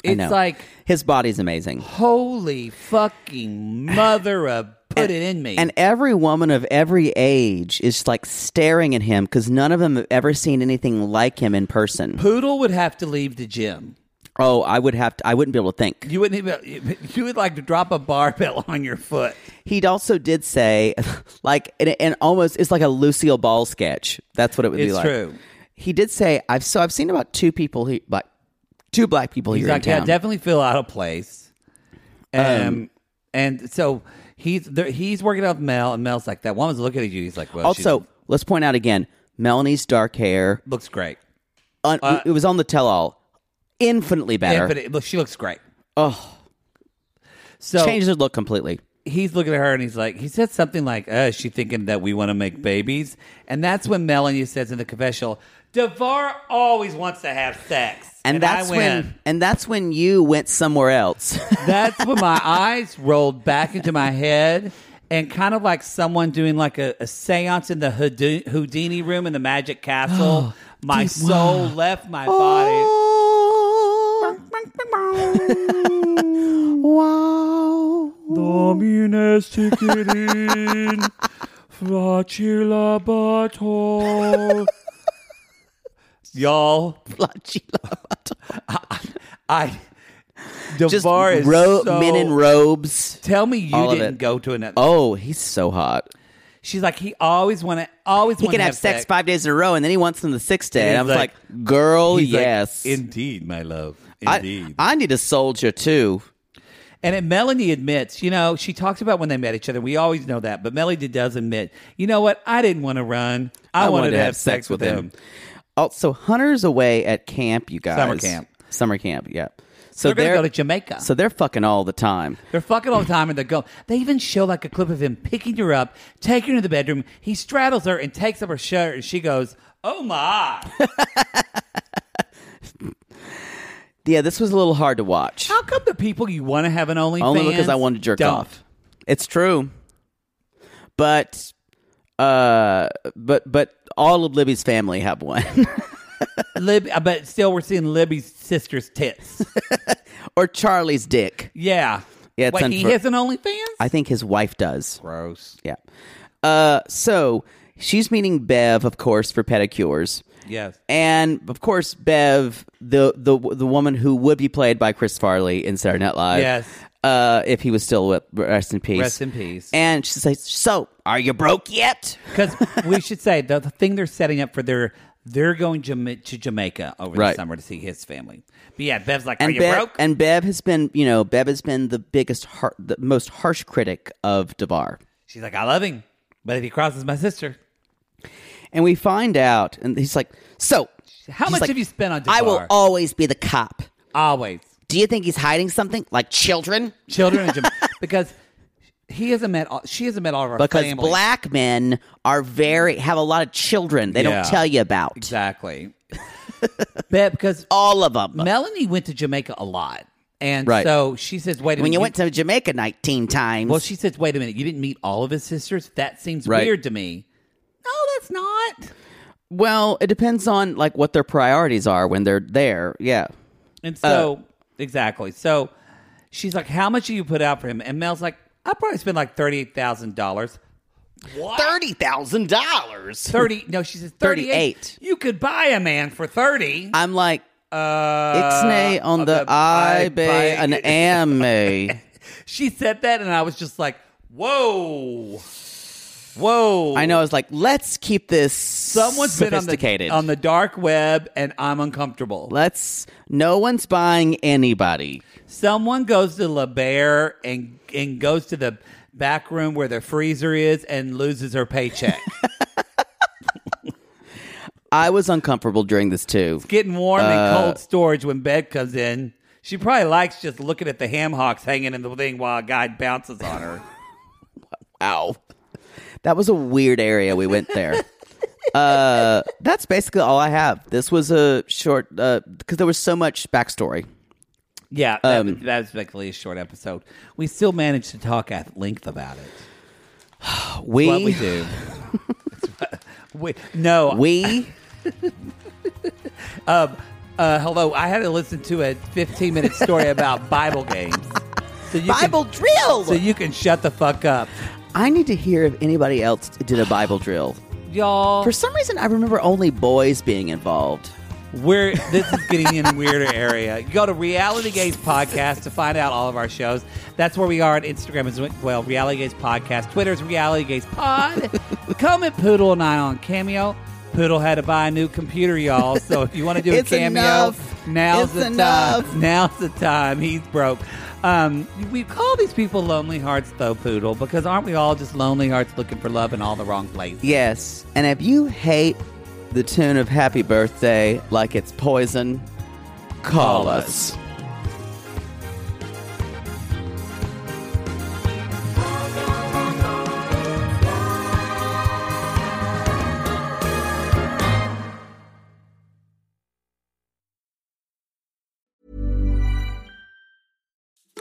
Speaker 4: I
Speaker 3: It's
Speaker 4: know.
Speaker 3: like-
Speaker 4: his body's amazing.
Speaker 3: Holy fucking mother of put it in me.
Speaker 4: And every woman of every age is like staring at him because none of them have ever seen anything like him in person.
Speaker 3: Poodle would have to leave the gym.
Speaker 4: Oh, I would have to, I wouldn't be able to think.
Speaker 3: You wouldn't even you would like to drop a barbell on your foot.
Speaker 4: He also did say, like, and, and almost it's like a Lucille Ball sketch. That's what it would be
Speaker 3: It's
Speaker 4: like.
Speaker 3: true.
Speaker 4: He did say, "I've so I've seen about two people he like two black people
Speaker 3: He's
Speaker 4: here
Speaker 3: like,
Speaker 4: in
Speaker 3: yeah,
Speaker 4: town.
Speaker 3: I definitely feel out of place. Um, and so he's there, he's working out with Mel, and Mel's like, that woman's looking at you. He's like, well, she
Speaker 4: also, let's point out again, Melanie's dark hair.
Speaker 3: looks great.
Speaker 4: Un-
Speaker 3: Uh,
Speaker 4: it was on the tell-all. Infinitely better.
Speaker 3: Yeah, but it, look, she looks great.
Speaker 4: Oh.
Speaker 3: So
Speaker 4: Changed her look completely.
Speaker 3: he's looking at her and he's like, he said something like, uh, is she thinking that we want to make babies? And that's when Melanie says in the confessional, DeVar always wants to have sex.
Speaker 4: And, that's
Speaker 3: I went,
Speaker 4: when and that's when you went somewhere else.
Speaker 3: that's when my eyes rolled back into my head. And kind of like someone doing like a, a seance in the Houdi- Houdini room in the Magic Castle, my soul left my
Speaker 4: Oh,
Speaker 3: body.
Speaker 4: wow.
Speaker 2: Domines ticirin, facilabator.
Speaker 3: Y'all, I, DeVar
Speaker 4: Just
Speaker 3: is
Speaker 4: ro-
Speaker 3: so-
Speaker 4: men in robes.
Speaker 3: Tell me you
Speaker 4: All of
Speaker 3: didn't
Speaker 4: it.
Speaker 3: go to another.
Speaker 4: Oh, he's so hot.
Speaker 3: She's like, he always want to, always
Speaker 4: He
Speaker 3: wanna
Speaker 4: can have sex five days in a row, and then he wants them the sixth day.
Speaker 3: And
Speaker 4: And, I
Speaker 3: he's
Speaker 4: was
Speaker 3: like-
Speaker 4: like, "Girl,
Speaker 3: He's like,
Speaker 4: yes,
Speaker 3: indeed, my love,
Speaker 4: I, I need a soldier too."
Speaker 3: and then Melanie admits, you know, she talks about when they met each other. We always know that, but Melanie does admit, you know what? I didn't want to run. I, wanted, to have sex with him.
Speaker 4: Also, Oh, Hunter's away at camp. You guys,
Speaker 3: Summer camp.
Speaker 4: summer camp. Yeah.
Speaker 3: So
Speaker 4: So
Speaker 3: they're,
Speaker 4: they're,
Speaker 3: gonna go to Jamaica.
Speaker 4: so they're fucking all the time.
Speaker 3: They're fucking all the time, and they're going. They even show like a clip of him picking her up, taking her to the bedroom. He straddles her and takes up her shirt, and she goes, "Oh my!"
Speaker 4: Yeah, this was a little hard to watch.
Speaker 3: How come the people you want to have an OnlyFans
Speaker 4: Only because I wanted to jerk
Speaker 3: don't?
Speaker 4: off. It's true. But uh but but all of Libby's family have one.
Speaker 3: Lib, uh, but still, we're seeing Libby's sister's tits.
Speaker 4: or Charlie's dick.
Speaker 3: Yeah.
Speaker 4: Yeah, it's
Speaker 3: Wait, he
Speaker 4: unfor-
Speaker 3: has an OnlyFans?
Speaker 4: I think his wife does.
Speaker 3: Gross.
Speaker 4: Yeah. Uh so she's meeting Bev, of course, for pedicures.
Speaker 3: Yes.
Speaker 4: And of course, Bev, the the the woman who would be played by Chris Farley in Saturday Night Live,
Speaker 3: Yes.
Speaker 4: uh, if he was still with rest in peace,
Speaker 3: Rest in peace.
Speaker 4: And she says, "So, are you broke yet?"
Speaker 3: Because we should say the, the thing they're setting up for their they're going Jama- to Jamaica over the
Speaker 4: Right.
Speaker 3: summer to see his family. But yeah, Bev's like, "Are
Speaker 4: and
Speaker 3: you
Speaker 4: Bev,
Speaker 3: broke?"
Speaker 4: And Bev has been, you know, Bev has been the biggest, har- the most harsh critic of Devar.
Speaker 3: She's like, "I love him." But if he crosses my sister,
Speaker 4: And we find out, and he's like, "So,
Speaker 3: How
Speaker 4: he's
Speaker 3: much
Speaker 4: like,
Speaker 3: have you spent on
Speaker 4: I will
Speaker 3: Jafar?"
Speaker 4: always be the cop.
Speaker 3: always
Speaker 4: Do you think he's hiding something, like children?
Speaker 3: children and Jam- because he hasn't met. All, she hasn't met all of our
Speaker 4: Because
Speaker 3: family.
Speaker 4: black men are very have a lot of children they
Speaker 3: Yeah.
Speaker 4: don't tell you about.
Speaker 3: exactly. but because
Speaker 4: All of them.
Speaker 3: Melanie went to Jamaica a lot, and
Speaker 4: Right.
Speaker 3: so she says, "Wait a
Speaker 4: when
Speaker 3: minute."
Speaker 4: you went to Jamaica 19 times,
Speaker 3: well, she says, "Wait a minute. You didn't meet all of his sisters. That seems
Speaker 4: Right.
Speaker 3: weird to me." No, that's not.
Speaker 4: well, it depends on like what their priorities are when they're there. Yeah.
Speaker 3: And
Speaker 4: Uh.
Speaker 3: so, exactly. So she's like, How much do you put out for him? And Mel's like, I probably spent like $38,000.
Speaker 4: $30,000.
Speaker 3: 30, no, she says 38.
Speaker 4: 38.
Speaker 3: You could buy a man for 30.
Speaker 4: I'm like
Speaker 3: Uh,
Speaker 4: Ixnay on the, I bay an eh." ame.
Speaker 3: She said that, and I was just like, Whoa. Whoa.
Speaker 4: I know. I was like, let's keep this
Speaker 3: Someone's been on
Speaker 4: sophisticated.
Speaker 3: the, on the dark web, and I'm uncomfortable.
Speaker 4: let's. No one's buying anybody.
Speaker 3: Someone goes to La Bear and and goes to the back room where the freezer is and loses her paycheck.
Speaker 4: I was uncomfortable during this too.
Speaker 3: Getting warm
Speaker 4: Uh,
Speaker 3: and cold storage when bed comes in. She probably likes just looking at the ham hocks hanging in the thing while a guy bounces on her.
Speaker 4: Ow. That was a weird area we went there. uh, that's basically all I have. This was a short because there was so much backstory.
Speaker 3: Yeah, that,
Speaker 4: Um,
Speaker 3: that was basically a short episode. We still managed to talk at length about it.
Speaker 4: We
Speaker 3: What we do. we, no,
Speaker 4: we
Speaker 3: uh, hello. I had to listen to a 15 minute story about Bible games. So you
Speaker 4: Bible
Speaker 3: can,
Speaker 4: drill.
Speaker 3: So you can shut the fuck up.
Speaker 4: I need to hear if anybody else did a Bible drill.
Speaker 3: Y'all,
Speaker 4: For some reason, I remember only boys being involved.
Speaker 3: we're this is getting in a weirder area. You go to Reality Gaze Podcast to find out all of our shows. That's where we are on Instagram as well. Reality Gaze Podcast. Twitter's Reality Gaze Pod. Comment Poodle and I on Cameo. Poodle had to buy a new computer, y'all. So if you want to do a
Speaker 4: It's
Speaker 3: cameo,
Speaker 4: enough.
Speaker 3: now's
Speaker 4: It's
Speaker 3: the
Speaker 4: enough.
Speaker 3: time. Now's the time. He's broke. Um, we call these people lonely hearts, though, Poodle, because aren't we all just lonely hearts looking for love in all the wrong places?
Speaker 4: Yes, and if you hate the tune of Happy Birthday like it's poison, call us.